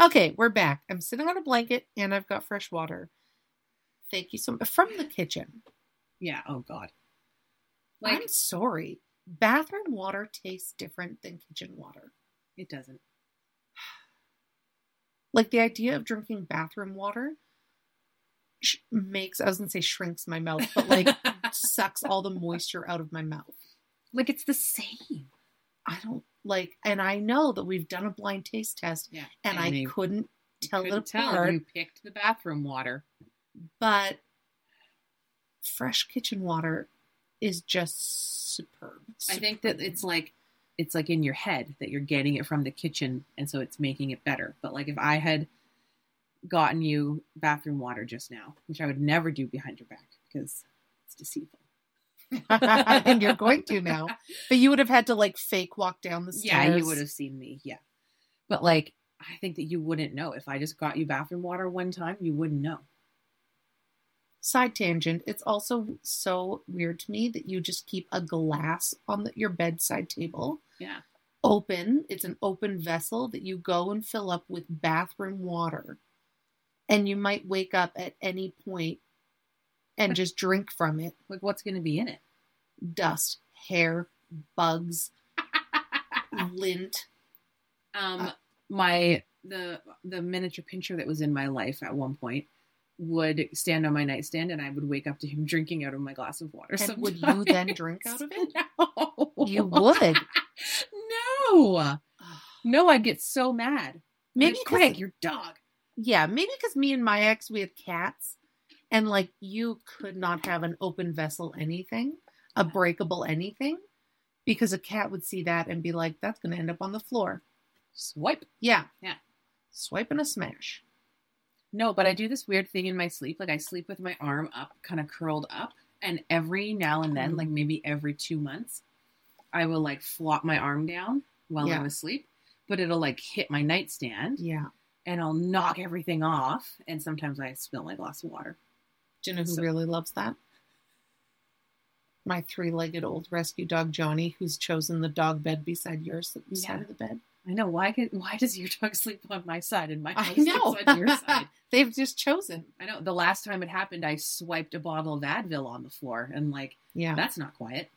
F: Okay, we're back. I'm sitting on a blanket and I've got fresh water. Thank you so much from the kitchen.
C: Yeah. Oh God. Like
F: I'm sorry. Bathroom water tastes different than kitchen water.
C: it doesn't.
F: Like the idea of drinking bathroom water sh- makes I was gonna say shrinks my mouth, but like sucks all the moisture out of my mouth.
C: like it's the same.
F: I don't like, and I know that we've done a blind taste test,
C: Yeah.
F: and, I
C: you
F: couldn't tell it
C: couldn't
F: apart.
C: tell you picked the bathroom water.
F: But fresh kitchen water is just superb.
C: I think that it's like it's like in your head that you're getting it from the kitchen, and so it's making it better. But like if I had gotten you bathroom water just now, which I would never do behind your back because it's deceitful.
F: and you're going to now, but you would have had to like fake walk down the stairs.
C: Yeah, you would have seen me. Yeah. But like, I think that you wouldn't know. If I just got you bathroom water one time, you wouldn't know.
F: Side tangent. It's also so weird to me that you just keep a glass on the, your bedside table.
C: Yeah.
F: Open. It's an open vessel that you go and fill up with bathroom water. and you might wake up at any point and just drink from it.
C: Like, what's going to be in it?
F: Dust, hair, bugs, lint.
C: Um,
F: Uh.
C: my the the miniature pincher that was in my life at one point would stand on my nightstand, and I would wake up to him drinking out of my glass of water.
F: And would you then drink out of it?
C: sometimes. No.
F: You would.
C: no, no, I'd get so mad.
F: Maybe
C: Just
F: 'cause-
C: quick, your dog.
F: Yeah, maybe because me and my ex, we had cats, and like you could not have an open vessel anything, a breakable anything, because a cat would see that and be like, that's going to end up on the floor.
C: Swipe.
F: Yeah.
C: Yeah.
F: Swipe and a smash.
C: No, but I do this weird thing in my sleep. Like I sleep with my arm up, kind of curled up, and every now and then,
F: Mm.
C: like maybe every two months, I will like flop my arm down while
F: Yeah.
C: I'm asleep. But it'll like hit my nightstand,
F: Yeah.
C: and I'll knock everything off. And sometimes I spill my glass of water.
F: Do you know who
C: So-
F: really loves that? My three legged old rescue dog, Johnny, who's chosen the dog bed beside your s-
C: Yeah.
F: side of the bed.
C: I know why. Can, why does your dog sleep on my side and my dog
F: I
C: sleeps
F: know.
C: on your side?
F: They've just chosen.
C: I know. The last time it happened, I swiped a bottle of Advil on the floor, and like
F: Yeah.
C: that's not quiet.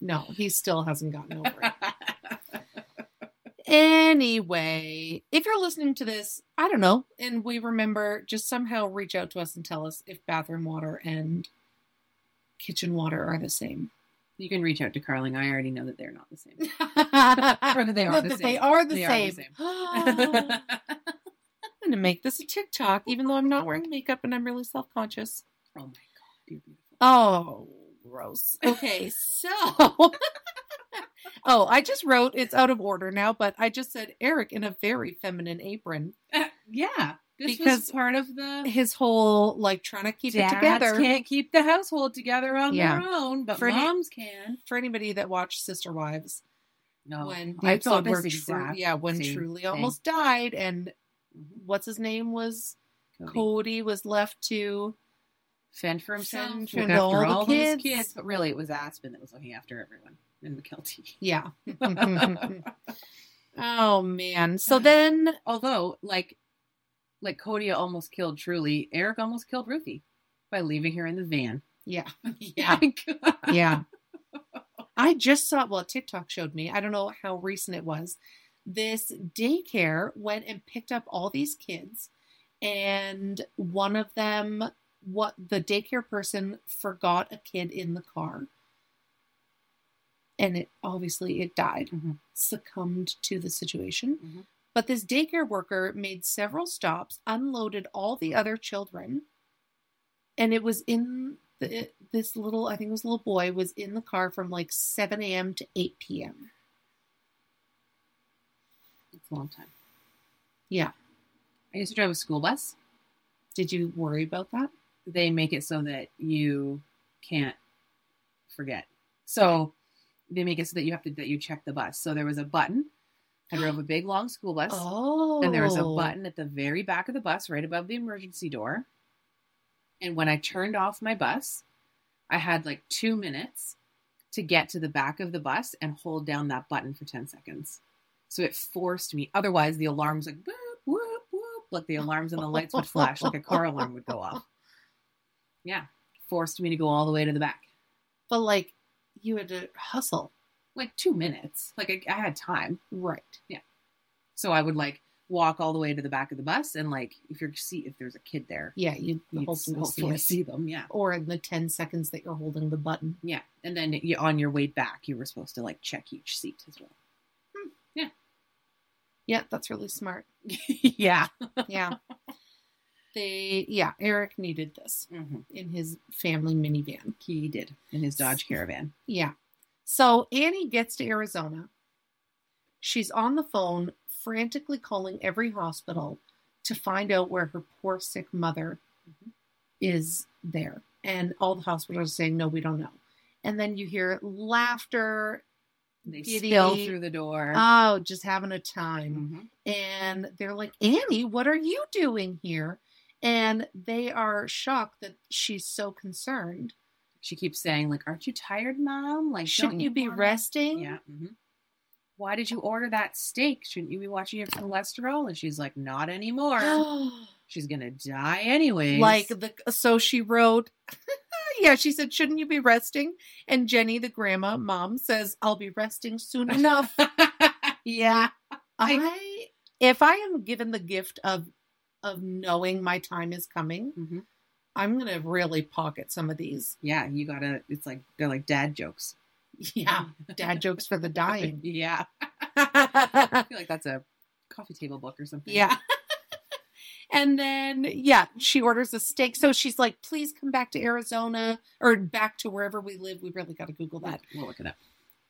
F: No, he still hasn't gotten over it. Anyway, if you're listening to this, I don't know, and we remember, just somehow reach out to us and tell us if bathroom water and kitchen water are the same.
C: you can reach out to Carling. I already know that they're not the same.
F: Not
C: Or they
F: that they are the
C: They are the
F: same.
C: Oh
F: I'm going to make this a TikTok, even though I'm not wearing makeup and I'm really self conscious.
C: oh my god, you're beautiful.
F: Oh, gross. Okay, so. oh, I just wrote, it's out of order now, but I just said Eric in a very feminine apron.
C: yeah, this
F: Because
C: was part of the
F: His whole, like, trying to keep
C: dads
F: it together.
C: Can't keep the household together on
F: Yeah.
C: their own, but
F: For him-
C: moms can.
F: for anybody that watched Sister Wives,
C: No,
F: when
C: Oh, I
F: Dave
C: thought
F: Soderbergh,
C: this
F: tru-
C: exact.
F: yeah, when
C: same
F: Truly
C: thing.
F: almost died, and
C: Mhm.
F: what's his name was
C: Cody.
F: Cody was left to
C: Fend for himself,
F: Fend
C: look
F: for
C: after
F: all the
C: all his
F: kids.
C: kids, but really it was Aspen that was looking after everyone and McKelty.
F: yeah. oh man! So then,
C: Although, like, like Cody almost killed Truly, Eric almost killed Ruthie by leaving her in the van.
F: yeah,
C: Yeah,
F: yeah. I just saw well, TikTok showed me. I don't know how recent it was. This daycare went and picked up all these kids, and one of them, what the daycare person forgot a kid in the car, and it obviously it died,
C: Mhm.
F: succumbed to the situation.
C: Mhm.
F: But this daycare worker made several stops, unloaded all the other children, and it was in the, it- this little, I think it was a little boy, was in the car from like 7 a.m. to 8 p.m.
C: It's a long time.
F: Yeah.
C: I used to drive a school bus.
F: Did you worry about that?
C: They make it so that you can't forget. So they make it so that you have to that you check the bus. So there was a button. I drove a big long school bus.
F: Oh.
C: And there was a button at the very back of the bus, right above the emergency door. And when I turned off my bus, I had like two minutes to get to the back of the bus and hold down that button for 10 seconds. So it forced me. Otherwise, the alarms like whoop, whoop, whoop, like the alarms and the lights would flash, like a car alarm would go off. Yeah. Forced me to go all the way to the back.
F: But like, you had to hustle.
C: Like two minutes. Like I, I had time.
F: Right.
C: So I would like walk all the way to the back of the bus and like if you're see if there's a kid there,
F: Yeah, you
C: You'd
F: hopefully,
C: hopefully
F: see it.
C: see them. Yeah,
F: Or in the 10 seconds that you're holding the button.
C: yeah. And then you, on your way back, you were supposed to like check each seat as well.
F: Yeah, that's really smart.
C: yeah.
F: Yeah. they, yeah, Eric needed this
C: hmm
F: in his family minivan.
C: He did in his Dodge Caravan.
F: Yeah. So Annie gets to Arizona. She's on the phone, frantically calling every hospital to find out where her poor sick mother
C: Mm-hmm.
F: is there. And all the hospitals are saying, no, we don't know. And then you hear laughter.
C: They
F: Giddy.
C: spill through the door.
F: Oh, just having a time.
C: Mhm.
F: And they're like, Annie, what are you doing here? And they are shocked that she's so concerned.
C: She keeps saying like, "Aren't you tired, Mom? Like,
F: Shouldn't
C: don't
F: you be
C: wanna-"
F: resting?
C: Yeah. hmm Why did you order that steak? Shouldn't you be watching your cholesterol? And she's like, "Not anymore." She's gonna die anyways.
F: Like the so she wrote Yeah, she said, Shouldn't you be resting? And Jenny, the grandma mom, says, I'll be resting soon enough.
C: yeah.
F: I if I am given the gift of of knowing my time is coming,
C: hmm
F: I'm gonna really pocket some of these.
C: Yeah, you gotta. It's like they're like dad jokes.
F: Yeah. Dad jokes for the dying.
C: yeah. I feel like that's a coffee table book or something.
F: Yeah. and then, yeah, she orders a steak. So she's like, please come back to Arizona or back to wherever we live. We really got to Google that.
C: We'll look it up.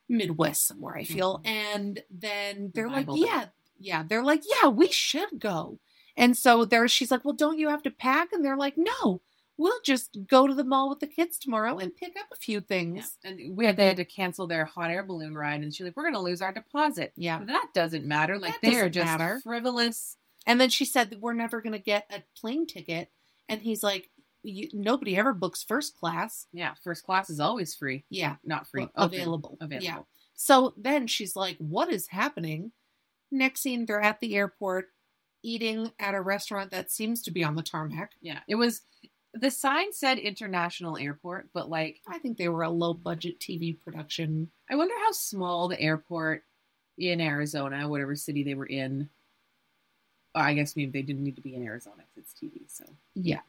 F: Midwest somewhere, I feel. And then they're like,
C: Bible Belt.
F: yeah, yeah. They're like, yeah, we should go. And so there, she's like, well, don't you have to pack? And they're like, no, we'll just go to the mall with the kids tomorrow and pick up a few things.
C: And we had, they had to cancel their hot air balloon ride, and she's like, "We're gonna lose our deposit."
F: Yeah.
C: That doesn't matter. Like
F: That
C: they are
F: doesn't
C: just
F: matter.
C: frivolous.
F: And then she said that we're never going to get a plane ticket. And he's like, you, nobody ever books first class.
C: Yeah, first class is always free.
F: Yeah.
C: Not free.
F: Well,
C: open,
F: available.
C: Available.
F: Yeah. So then she's like, What is happening? Next scene, they're at the airport eating at a restaurant that seems to be on the tarmac.
C: Yeah, it was. The sign said international airport, but like,
F: I think they were a low budget TV production.
C: I wonder how small the airport in Arizona, whatever city they were in. Well, I guess maybe they didn't need to be in Arizona because it's TV. So
F: Yeah.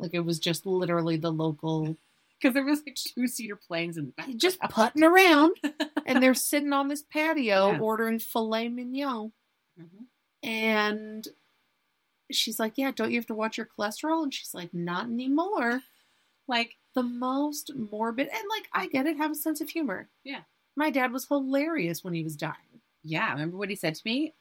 F: Like it was just literally the local
C: because there was like two seater planes and
F: just putting around and they're sitting on this patio
C: Yeah.
F: ordering filet mignon.
C: Mm-hmm.
F: And she's like, Yeah, don't you have to watch your cholesterol? And she's like, Not anymore.
C: like
F: the most morbid and like I get it, have a sense of humor.
C: Yeah.
F: My dad was hilarious when he was dying.
C: yeah. Remember what he said to me?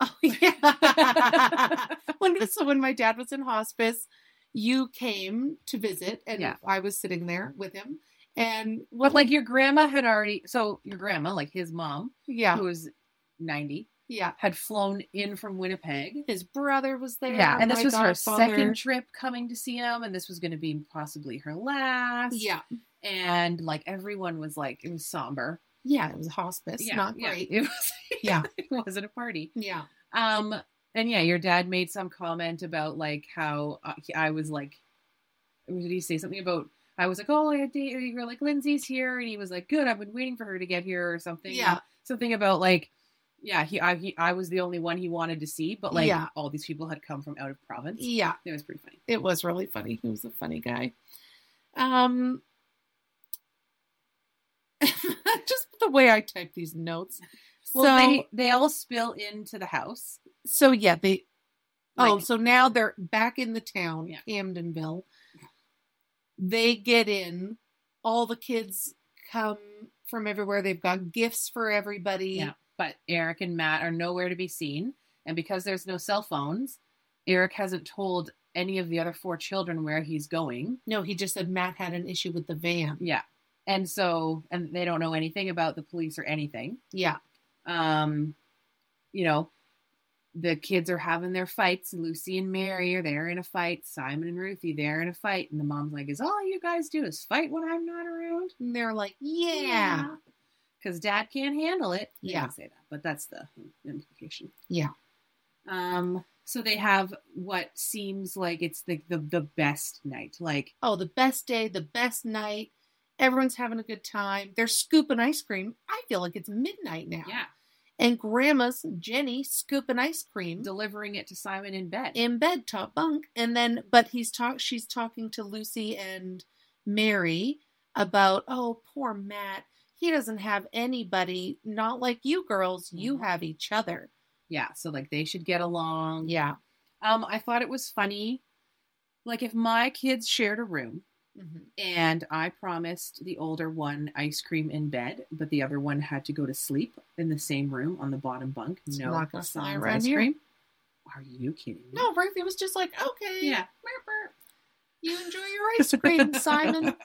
F: Oh yeah. when so when my dad was in hospice, you came to visit and
C: Yeah.
F: I was sitting there with him. And
C: But like your grandma had already. So your grandma, like his mom,
F: yeah,
C: who was ninety,
F: yeah.
C: had flown in from Winnipeg.
F: His brother was there.
C: Yeah, and
F: my
C: this was her
F: godfather.
C: second trip coming to see him, and this was going to be possibly her last.
F: Yeah.
C: and like everyone was like, it was somber.
F: Yeah, it was hospice. Not great.
C: It was,
F: Yeah.
C: it wasn't a party.
F: Yeah.
C: Um, and yeah, your dad made some comment about like how uh, he- I was like, what did he say something about? I was like, oh, I had date. You were like, Lindsay's here, and he was like, good. I've been waiting for her to get here or something.
F: Yeah.
C: something about like, yeah, he I he, I was the only one he wanted to see, but like
F: Yeah.
C: all these people had come from out of province.
F: Yeah.
C: It was pretty funny.
F: it was really funny. He was a funny guy. Um, just the way I type these notes.
C: Well,
F: so,
C: they they all spill into the house.
F: so yeah, they. oh,
C: Like-
F: so now they're back in the town,
C: Yeah.
F: Camdenville. They get in. All the kids come from everywhere. They've got gifts for everybody.
C: Yeah. But Eric and Matt are nowhere to be seen. And because there's no cell phones, Eric hasn't told any of the other four children where he's going.
F: No, he just said Matt had an issue with the van.
C: Yeah. And so, and they don't know anything about the police or anything.
F: Yeah,
C: Um, you know, the kids are having their fights. Lucy and Mary are there in a fight. Simon and Ruthie, they're in a fight. And the mom's like, is all you guys do is fight when I'm not around?
F: and they're like, yeah.
C: Because dad can't handle it. They
F: Yeah.
C: didn't say that, but that's the implication.
F: Yeah.
C: Um, so they have what seems like it's the, the, the best night. Like,
F: oh, the best day, the best night. Everyone's having a good time. They're scooping ice cream. I feel like it's midnight now.
C: yeah,
F: And Grandma's Jenny scooping ice cream
C: delivering it to Simon in bed.
F: in bed, top bunk. And then, but he's talk. She's talking to Lucy and Mary about, oh, poor Matt. He doesn't have anybody. Not like you girls. You
C: Mhm.
F: have each other.
C: yeah. So like they should get along.
F: Yeah.
C: Um, I thought it was funny. Like if my kids shared a room
F: Mm-hmm.
C: and I promised the older one ice cream in bed, but the other one had to go to sleep in the same room on the bottom bunk.
F: It's
C: no,
F: not gonna
C: sans
F: fly around here.
C: Are you kidding me?
F: No, Ruthie was just like, okay,
C: Yeah.
F: you enjoy your ice cream, Simon.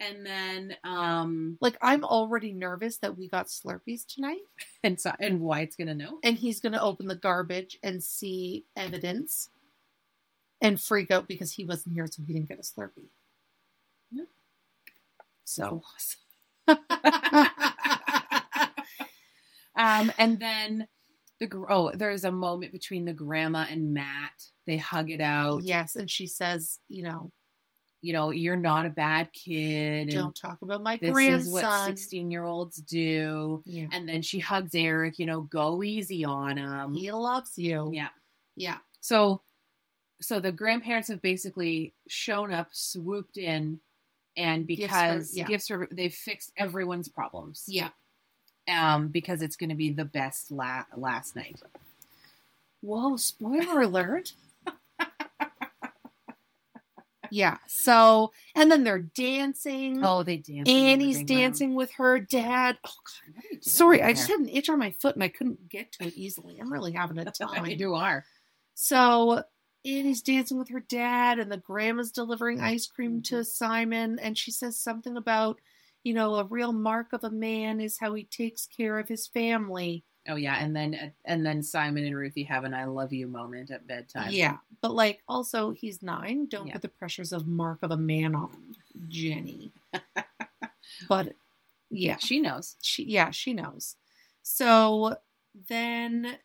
C: And then, um,
F: Like, I'm already nervous that we got Slurpees tonight
C: and so, and Wyatt's gonna know.
F: and he's going to open the garbage and see evidence and freak out because he wasn't here, so he didn't get a Slurpee.
C: So, um, and then The gr- oh, there's a moment between the grandma and Matt. They hug it out.
F: Yes, and she says, you know,
C: You know, you're not a bad kid.
F: don't talk about my
C: and this is what
F: grandson.
C: 16 year olds do.
F: yeah.
C: And then she hugs Eric. You know, go easy on him.
F: He loves you.
C: Um, Yeah.
F: Yeah.
C: So, so the grandparents have basically shown up, swooped in, and
F: Gives her-
C: because
F: yeah.
C: gives her, they've fixed everyone's problems.
F: Yeah.
C: Um, because it's going to be the best la- last night. Whoa! Spoiler alert.
F: Yeah. So, and then they're dancing.
C: Oh, they dance. in the
F: Annie's
C: living room.
F: Mm-hmm. dancing with her dad. Oh, God.
C: What are you doing
F: Sorry, I
C: there?
F: just had an itch on my foot and I couldn't get to it easily. I'm really having a
C: I mean,
F: time.
C: you are.
F: So Annie's dancing with her dad, and the grandma's delivering ice cream
C: Mm-hmm.
F: to Simon, and she says something about, you know, a real mark of a man is how he takes care of his family.
C: Oh yeah, and then and then Simon and Ruthie have an "I love you" moment at bedtime.
F: Yeah, but like also he's nine. Don't
C: Yeah.
F: put the pressures of mark of a man on Jenny. but yeah,
C: she knows.
F: she yeah she knows so then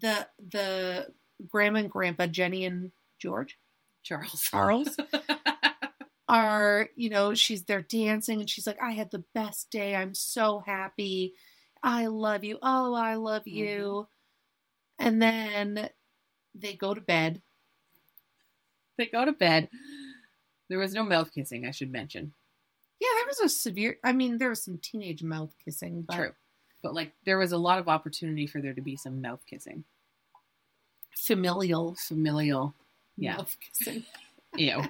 F: the the grandma and grandpa jenny and george
C: Charles.
F: charles are you know she's they're dancing and she's like i had the best day i'm so happy i love you oh i love
C: Mm-hmm.
F: you and then they go to bed
C: they go to bed. There was no mouth kissing, I should mention.
F: yeah there was a severe i mean there was some teenage mouth kissing but
C: True. But like there was a lot of opportunity for there to be some mouth kissing.
F: familial
C: Familial. Yeah.
F: mouth kissing
C: Ew.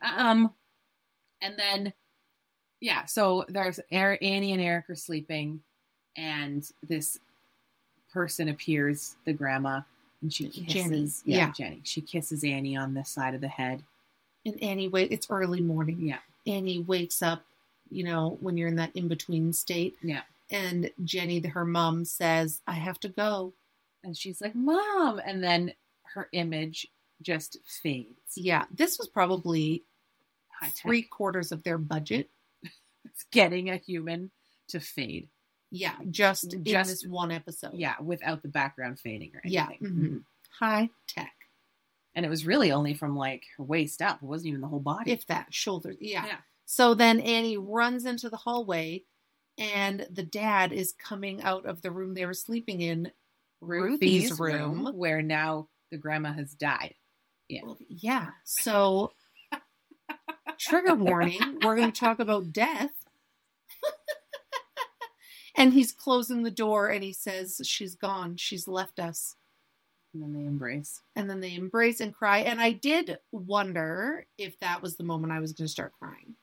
C: um and then yeah, so there's er- Annie and Eric are sleeping and this person appears, the grandma, and she
F: Jenny,
C: kisses
F: yeah.
C: Jenny. She kisses Annie on the side of the head.
F: and annie wait it's early morning
C: Yeah.
F: Annie wakes up, you know, when you're in that in between state.
C: Yeah.
F: And Jenny, her mom, says, I have to go.
C: And she's like, "Mom." And then her image just fades.
F: Yeah. This was probably
C: High tech.
F: three quarters of their budget.
C: It's getting a human to fade.
F: Yeah. Just, in
C: Just-
F: this one episode.
C: Yeah, without the background fading or anything.
F: Yeah. mhm. High tech.
C: And it was really only from like her waist up. It wasn't even the whole body.
F: If that shoulder. Yeah.
C: Yeah.
F: So then Annie runs into the hallway and the dad is coming out of the room they were sleeping in. Ruthie's room.
C: where now the grandma has died.
F: Well, yeah. So, trigger warning, we're going to talk about death. and he's closing the door and he says, She's gone. She's left us.
C: And then they embrace.
F: And then they embrace and cry. And I did wonder if that was the moment I was going to start crying.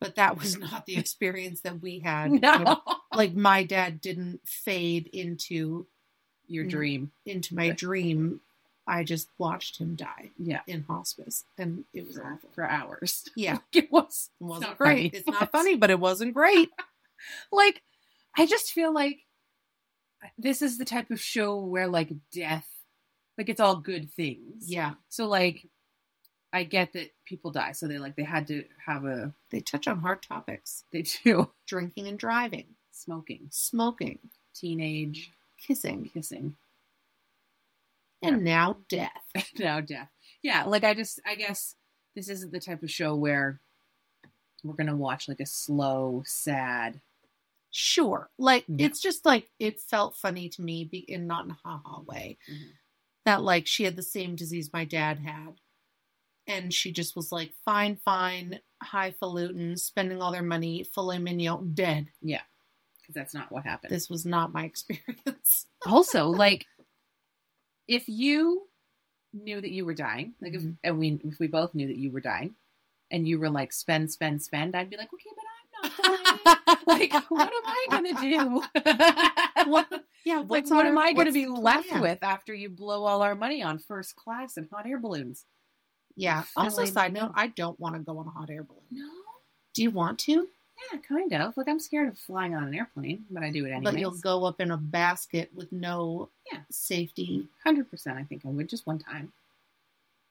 F: But that was not the experience that we had.
C: No,
F: Like my dad didn't fade into
C: your
F: Mm.
C: dream.
F: into my dream. I just watched him die
C: Yeah,
F: in hospice and it was
C: for,
F: awful.
C: for hours.
F: Yeah.
C: It was
F: It wasn't
C: not
F: great.
C: funny.
F: It's not funny, but it wasn't great.
C: like I just feel like this is the type of show where like death, like it's all good things.
F: Yeah.
C: So like, I get that people die, so they like they had to have a
F: They touch on hard topics
C: they do
F: drinking and driving,
C: smoking,
F: smoking,
C: teenage
F: kissing,
C: kissing,
F: and now death.
C: now death. Yeah, like I just I guess this isn't the type of show where we're gonna watch like a slow, sad.
F: Sure. Like,
C: Yeah.
F: it's just like it felt funny to me be, in not in a ha ha way
C: Mhm.
F: that like she had the same disease my dad had. And she just was like, fine, fine, highfalutin, spending all their money, filet mignon, dead.
C: Because that's not what happened.
F: This was not my experience.
C: also like if you knew that you were dying like if,
F: Mhm.
C: and we if we both knew that you were dying and you were like spend spend spend i'd be like okay but i'm not dying like what am i gonna do
F: What- Yeah,
C: like
F: what's
C: what
F: our-
C: am i gonna
F: what's
C: be
F: the
C: left
F: plan?
C: with after you blow all our money on first class and hot air balloons
F: Yeah. Also,
C: Filet
F: side
C: mignon.
F: note, I don't want to go on a hot air balloon.
C: no
F: Do you want to?
C: yeah kind of like i'm scared of flying on an airplane but i do it anyway
F: But you'll go up in a basket with no
C: Yeah.
F: safety.
C: 100% i think i would just one time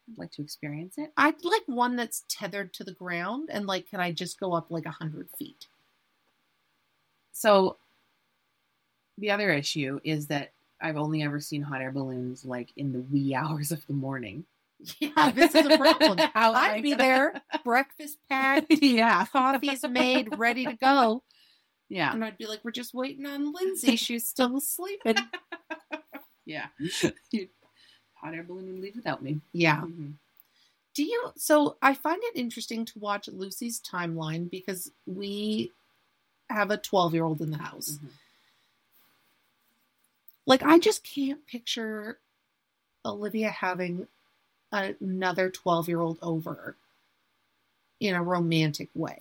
C: i'd like to experience it
F: I'd like one that's tethered to the ground and like, can I just go up like a hundred feet?
C: So the other issue is that I've only ever seen hot air balloons like in the wee hours of the morning.
F: Yeah, this is a problem.
C: How,
F: I'd
C: like-
F: be there, breakfast packed,
C: yeah.
F: coffee's made, ready to go.
C: Yeah.
F: And I'd be like, we're just waiting on Lindsay. She's still sleeping.
C: Yeah. hot air balloon would leave without me.
F: Yeah.
C: Mhm.
F: Do you? So I find it interesting to watch Lucy's timeline because we have a 12 year old in the house.
C: Mhm.
F: Like, I just can't picture Olivia having another 12 year old over in a romantic way.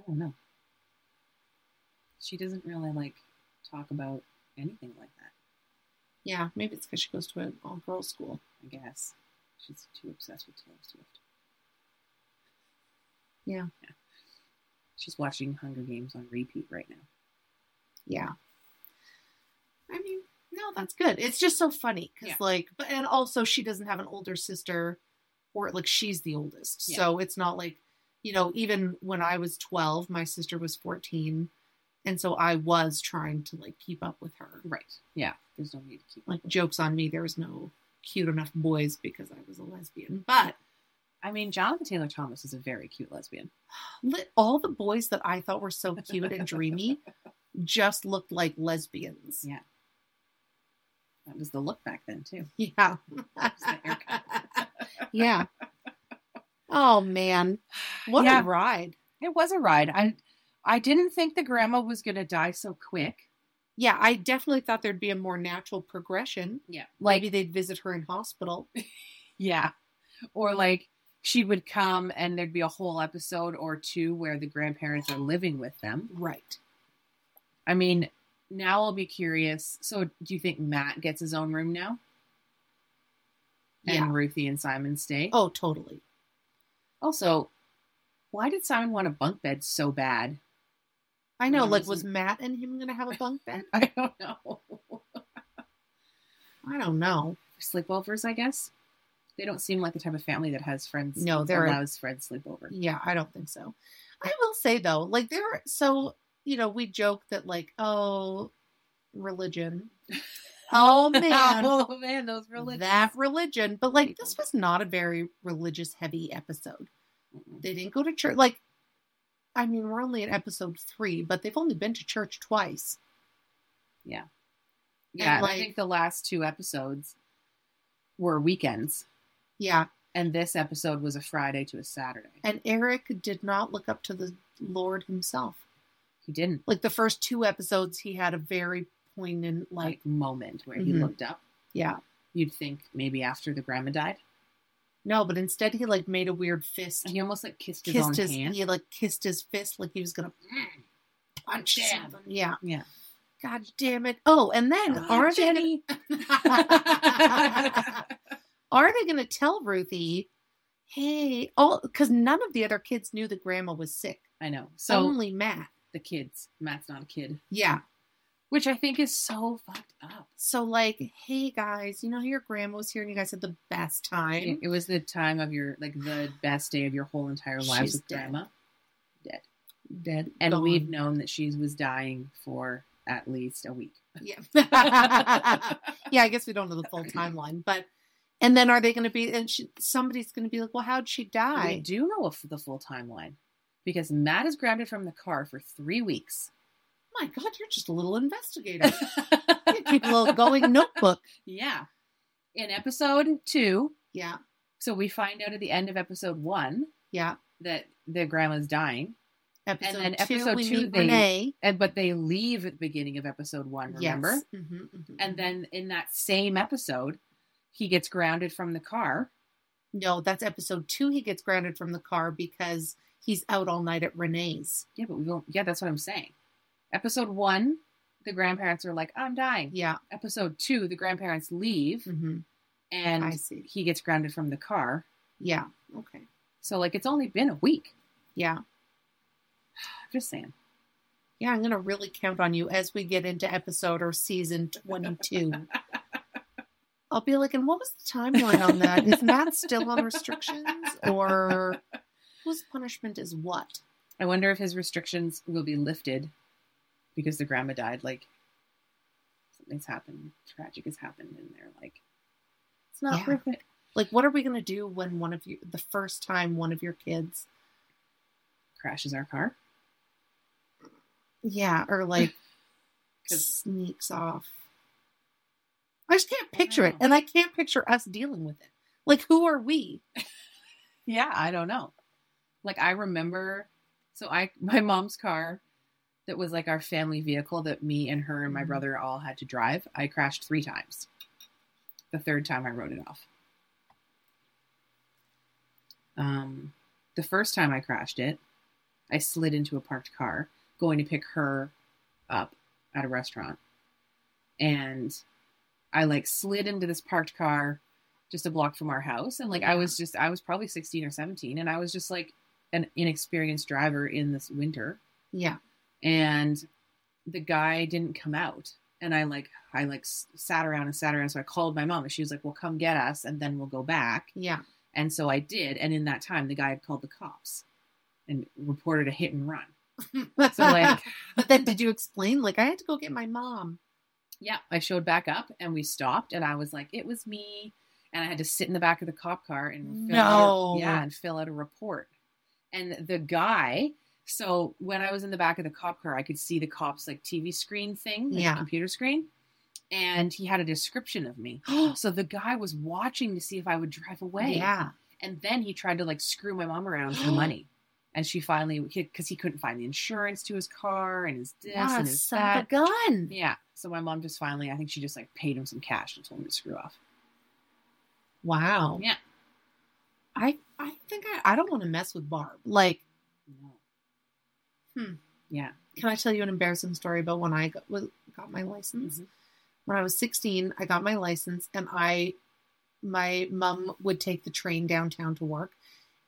C: I don't know. She doesn't really like talk about anything like that,
F: Yeah, maybe it's because she goes to an all girl school.
C: I guess. She's too obsessed with Taylor Swift.
F: Yeah.
C: yeah. She's watching Hunger Games on repeat right now.
F: Yeah. I mean, no, that's good. It's just so funny because,
C: Yeah.
F: like, but and also she doesn't have an older sister, or like she's the oldest,
C: Yeah.
F: so it's not like, you know, even when I was twelve, my sister was fourteen, and so I was trying to like keep up with her.
C: Right. Yeah. There's no need to keep
F: Like, jokes on me. There was no cute enough boys because I was a lesbian, but
C: I mean, Jonathan Taylor Thomas is a very cute lesbian.
F: li- all the boys that I thought were so cute and dreamy just looked like lesbians.
C: Yeah. That was the look back then too.
F: Yeah.
C: That was the haircut.
F: yeah. Oh man, what
C: Yeah.
F: a ride!
C: it was a ride. I I didn't think the grandma was gonna die so quick.
F: Yeah, I definitely thought there'd be a more natural progression.
C: Yeah. Like
F: Maybe they'd visit her in hospital.
C: yeah. Or like she would come and there'd be a whole episode or two where the grandparents are living with them.
F: Right.
C: I mean, now I'll be curious. So do you think Matt gets his own room now? And
F: Yeah.
C: Ruthie and Simon stay?
F: Oh, totally.
C: Also, why did Simon want a bunk bed so bad?
F: I know.
C: Yeah,
F: Like,
C: this
F: was
C: is-
F: Matt and him gonna have a bunk bed?
C: I don't know.
F: I don't know.
C: Sleepovers, I guess. They don't seem like the type of family that has friends.
F: No, they're-
C: allows friends sleepover.
F: Yeah, I don't think so. I will say though, like there, are, so you know, we joke that like, oh, religion. Oh man,
C: oh man, those religions.
F: that religion. But like, this was not a very religious heavy episode.
C: Mm-mm.
F: they didn't go to church like i mean we're only in episode three but they've only been to church twice
C: yeah,
F: like-
C: I think the last two episodes were weekends,
F: yeah
C: and this episode was a Friday to a Saturday.
F: and eric did not look up to the lord himself
C: He didn't
F: like the first two episodes he had a very poignant like
C: like moment where he
F: Mhm.
C: looked up.
F: yeah
C: You'd think maybe after the grandma died,
F: no but instead he like made a weird fist
C: he almost like kissed his own
F: kissed his
C: hand.
F: he like kissed his fist like he was gonna punch
C: Damn.
F: something. yeah
C: Yeah.
F: god damn it oh and then
C: Ah,
F: are they gonna
C: Jenny.
F: are they going to tell Ruthie, hey, oh, because none of the other kids knew that grandma was sick.
C: I know. So
F: Only Matt.
C: the kids. Matt's not a kid,
F: Yeah.
C: which I think is so fucked up.
F: So, like, hey guys, you know how your grandma was here and you guys had the best
C: It,
F: time?
C: it was the time of your like the best day of your whole entire lives
F: She's
C: with
F: dead.
C: grandma, dead,
F: Dead.
C: and
F: gone.
C: we've known that she was dying for at least a week.
F: Yeah. yeah, I guess we don't know the full timeline, but. And then are they going to be, and she, somebody's going to be like, well, how'd she
C: I
F: die?
C: do know of the full timeline because Matt is grounded from the car for three weeks.
F: Oh My God, you're just a little investigator. you keep a little going notebook.
C: yeah, in episode two,
F: Yeah.
C: so we find out at the end of episode one
F: Yeah.
C: that their grandma's dying.
F: Episode
C: then
F: two,
C: episode
F: we
C: two,
F: meet
C: they-
F: Renee.
C: and but they leave at the beginning of episode one remember
F: Yes. Mhm, mhm,
C: and
F: mhm.
C: then in that same episode he gets grounded from the car
F: No, that's episode two. He gets grounded from the car because he's out all night at Renee's.
C: yeah but we don't yeah that's what i'm saying episode one the grandparents are like i'm dying
F: Yeah.
C: episode two the grandparents leave
F: hmm I
C: and
F: see.
C: he gets grounded from the car
F: Yeah. Okay.
C: so like it's only been a week
F: Yeah.
C: i'm just saying
F: Yeah. I'm going to really count on you as we get into episode or season 22. I'll be like, and what was the timeline on that? Is Matt still on restrictions or whose punishment is what?
C: i wonder if his restrictions will be lifted because their grandma died, like something's happened, tragic has happened, and they're like, it's not
F: Yeah.
C: worth it.
F: Like, what are we gonna do when one of you, the first time one of your kids,
C: Crashes our car.
F: yeah, or like
C: 'Cause-
F: sneaks off? I just can't picture it,
C: Wow.
F: and I can't picture us dealing with it. Like, who are we?
C: Yeah, I don't know. Like I remember, so I my mom's car that was like our family vehicle that me and her and my brother all had to drive. I crashed three times. The third time I wrote it off. Um, the first time I crashed it, I slid into a parked car going to pick her up at a restaurant, and I like slid into this parked car just a block from our house and like i was just i was probably 16 or 17 and i was just like an inexperienced driver in this winter
F: Yeah,
C: and the guy didn't come out and i like i like s- sat around and sat around so i called my mom and she was like well come get us and then we'll go back
F: yeah,
C: and so i did and in that time the guy had called the cops and reported a hit and run so like
F: But then did you explain? Like I had to go get my mom.
C: Yeah, I showed back up and we stopped, and I was like, "It was me," and I had to sit in the back of the cop car and fill out,
F: No.
C: yeah, and fill out a report. And the guy, so when I was in the back of the cop car, I could see the cop's like TV screen thing, like
F: Yeah.
C: computer screen, and he had a description of me. So the guy was watching to see if I would drive away.
F: Yeah.
C: And then he tried to like screw my mom around for money. And she finally, because he, couldn't find the insurance to his car and his this
F: Ah,
C: and his
F: son
C: that.
F: of a gun.
C: Yeah. So my mom just finally, I think she just like paid him some cash and told him to screw off.
F: Wow.
C: Yeah.
F: I I think I, I don't want to mess with Barb. Like, Hmm.
C: Yeah.
F: can I tell you an embarrassing story about when I got, was, got my license? When I was 16, I got my license and I my mom would take the train downtown to work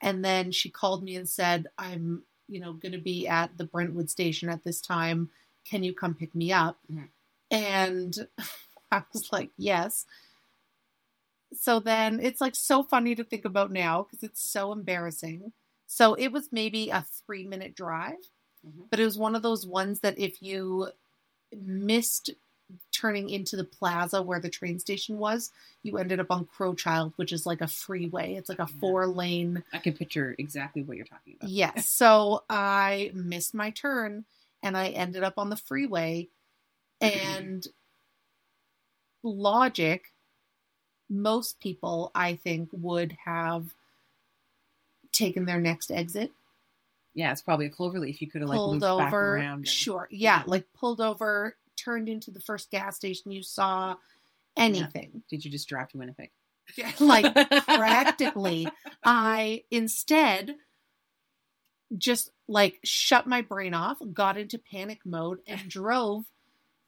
F: and then she called me and said, "I'm, you know, going to be at the Brentwood station at this time. Can you come pick me up?"
C: Mhm.
F: And I was like, "Yes." So then it's like so funny to think about now because it's so embarrassing. So it was maybe a 3-minute drive but it was one of those ones that if you missed turning into the plaza where the train station was, you ended up on Crowchild, which is like a freeway. It's like a
C: Yeah.
F: four lane.
C: I can picture exactly what you're talking about.
F: Yes. So I missed my turn and I ended up on the freeway. And logic, most people, I think, would have taken their next exit
C: Yeah, it's probably a cloverleaf. You could have like
F: pulled
C: looped back
F: over.
C: around. and-
F: sure. Yeah, like pulled over, turned into the first gas station you saw, anything.
C: Did you just drive to Winnipeg?
F: like practically. I instead just like shut my brain off, got into panic mode, and drove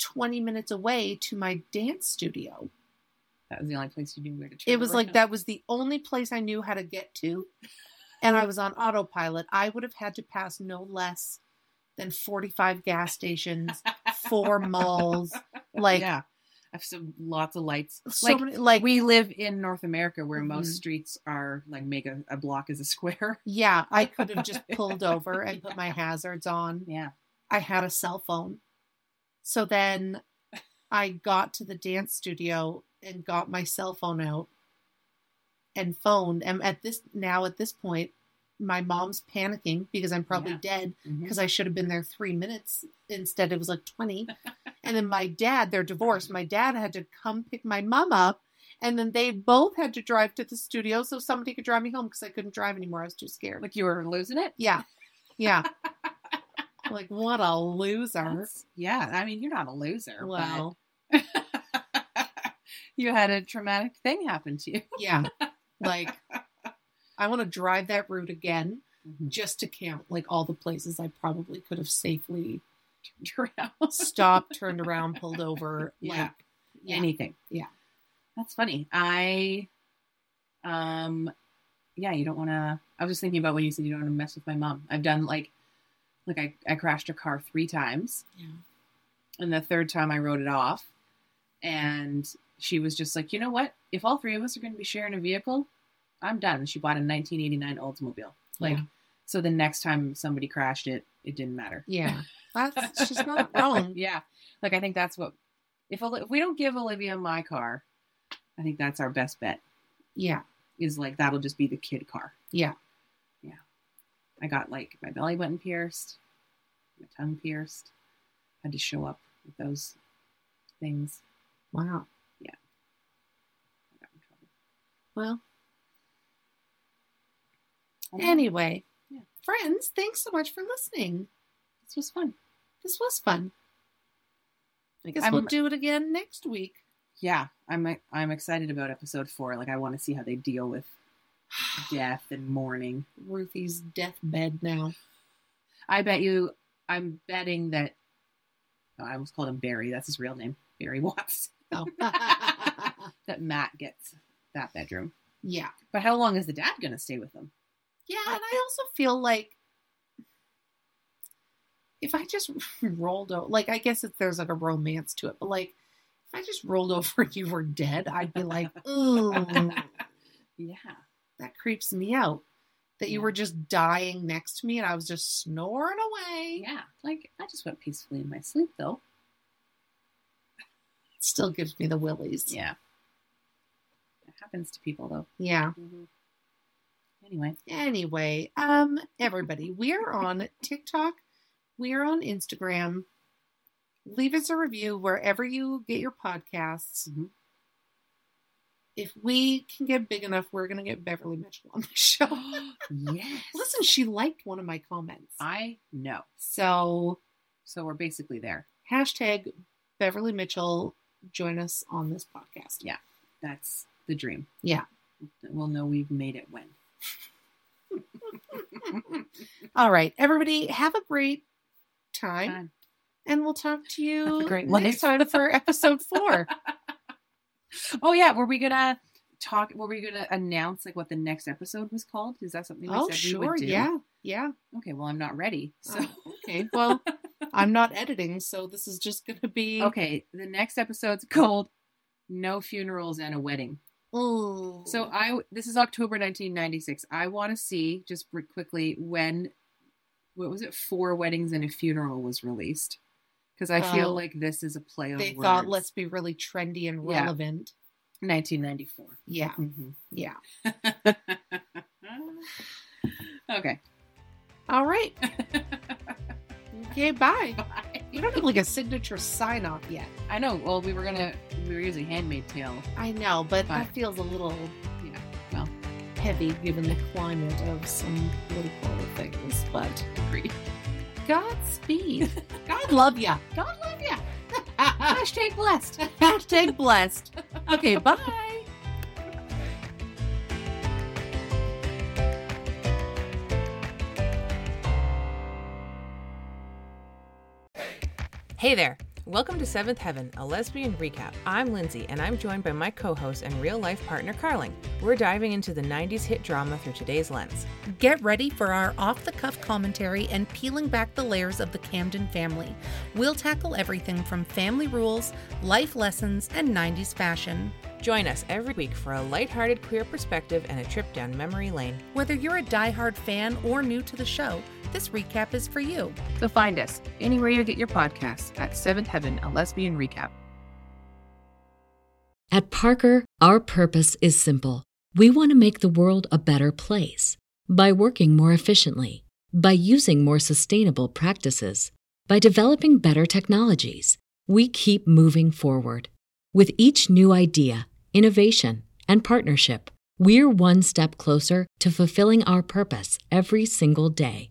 F: 20 minutes away to my dance studio.
C: That was the only place you knew where to turn.
F: It was like
C: around.
F: that was the only place I knew how to get to. And I was on autopilot. I would have had to pass no less than 45 gas stations, four malls, like
C: yeah. I've seen lots of lights.
F: so
C: like
F: many, like
C: we live in North America where
F: Mhm.
C: most streets are like make a, a block as a square.
F: yeah, I could have just pulled over and put my hazards on.
C: Yeah.
F: I had a cell phone. So then I got to the dance studio and got my cell phone out and phoned. And at this now at this point, my mom's panicking because I'm probably
C: Yeah.
F: dead
C: Mhm.
F: because I should have been there three minutes. Instead, it was like 20. and then my dad, they're divorced. My dad had to come pick my mom up. And then they both had to drive to the studio so somebody could drive me home because I couldn't drive anymore. I was too scared.
C: Like you were losing it.
F: yeah. Yeah. like, what a loser.
C: That's- yeah. I mean, you're not a loser. but-
F: Well,
C: you had a traumatic thing happen to you.
F: yeah. Like, I want to drive that route again just to count like all the places I probably could have safely stopped, turned around, pulled over.
C: Yeah.
F: Like, yeah.
C: Anything.
F: Yeah.
C: That's funny. I, um, yeah, you don't want to. I was just thinking about when you said you don't want to mess with my mom. I've done like, like I, I crashed her car three times.
F: Yeah.
C: And the third time I wrote it off. And she was just like, you know what? If all three of us are going to be sharing a vehicle, I'm done. And she bought a 1989 Oldsmobile. Like,
F: Yeah.
C: so the next time somebody crashed it, it didn't matter.
F: Yeah. That's she's not wrong.
C: yeah. Like I think that's what if Oli- if we don't give Olivia my car, I think that's our best bet.
F: Yeah.
C: Is like that'll just be the kid car.
F: Yeah.
C: Yeah. I got like my belly button pierced, my tongue pierced. Had to show up with those things.
F: Wow.
C: I got in trouble.
F: Well,
C: Although,
F: anyway,
C: Yeah.
F: friends, thanks so much for listening.
C: this was fun.
F: This was fun. I guess
C: I'm-
F: we'll do it again next week.
C: Yeah, I'm I'm excited about episode four. Like I want to see how they deal with death and mourning.
F: Ruthie's deathbed now.
C: I bet you. I'm betting that. oh, I almost called him Barry. That's his real name, Barry Watts.
F: Oh.
C: that Matt gets that bedroom.
F: yeah.
C: But how long is the dad going to stay with them?
F: Yeah, and I also feel like if I just rolled over, like I guess if there's like a romance to it, but like if I just rolled over and you were dead, I'd be like, ooh,
C: Yeah.
F: that creeps me out. That you
C: Yeah.
F: were just dying next to me and I was just snoring away.
C: Yeah. Like, I just went peacefully in my sleep, though.
F: It still gives me the willies.
C: Yeah. It happens to people, though.
F: Yeah.
C: Anyway.
F: Anyway, um, everybody, we're on TikTok, we're on Instagram. Leave us a review wherever you get your podcasts.
C: Mhm.
F: If we can get big enough, we're gonna get Beverly Mitchell on the show.
C: yes.
F: Listen, she liked one of my comments,
C: I know.
F: so
C: So we're basically there.
F: hashtag Beverly Mitchell. Join us on this podcast.
C: That's the dream.
F: Yeah.
C: We'll know we've made it when.
F: All right, everybody, have a great time,
C: Time.
F: and we'll talk to
C: Have a
F: you
C: great
F: next time for episode four.
C: Oh, yeah. Were we going to talk? Were we going to announce, like, what the next episode was called? Is that something we
F: Oh,
C: said we
F: sure.
C: would do?
F: Yeah. Yeah.
C: Okay. Well, I'm not ready. So.
F: So, okay. Well, I'm not editing, so this is just going to be.
C: Okay, the next episode's called "No Funerals and a Wedding."
F: Ooh.
C: So uh, I this is October 1996. I want to see just re- quickly when what was it? Four weddings and a funeral was released because I feel
F: Oh.
C: like this is a play on
F: they
C: words.
F: thought, let's be really trendy and
C: Yeah.
F: relevant.
C: 1994.
F: Yeah.
C: Mhm.
F: Yeah.
C: okay.
F: All right. okay. Bye. We
C: Bye.
F: don't have like a signature sign off yet.
C: I know. Well, we were gonna we were using Handmaid Tale.
F: I know, but
C: Bye.
F: that feels a little
C: Yeah. Well,
F: heavy given the climate of some political things. But
C: agreed.
F: Godspeed. God love ya.
C: God love ya.
F: Hashtag blessed. Hashtag blessed. Okay. Bye.
A: Hey there! Welcome to Seventh Heaven, a lesbian recap. I'm Lindsay, and I'm joined by my co host and real life partner, Carling. We're diving into the 90s hit drama through today's lens.
B: Get ready for our off the cuff commentary and peeling back the layers of the Camden family. We'll tackle everything from family rules, life lessons, and 90s fashion.
A: Join us every week for a lighthearted queer perspective and a trip down memory lane.
B: Whether you're a diehard fan or new to the show, this recap is for you.
C: So find us anywhere you get your podcasts at Seventh Heaven, a lesbian recap.
G: At Parker, our purpose is simple. We want to make the world a better place by working more efficiently, by using more sustainable practices, by developing better technologies. We keep moving forward. With each new idea, innovation, and partnership, we're one step closer to fulfilling our purpose every single day.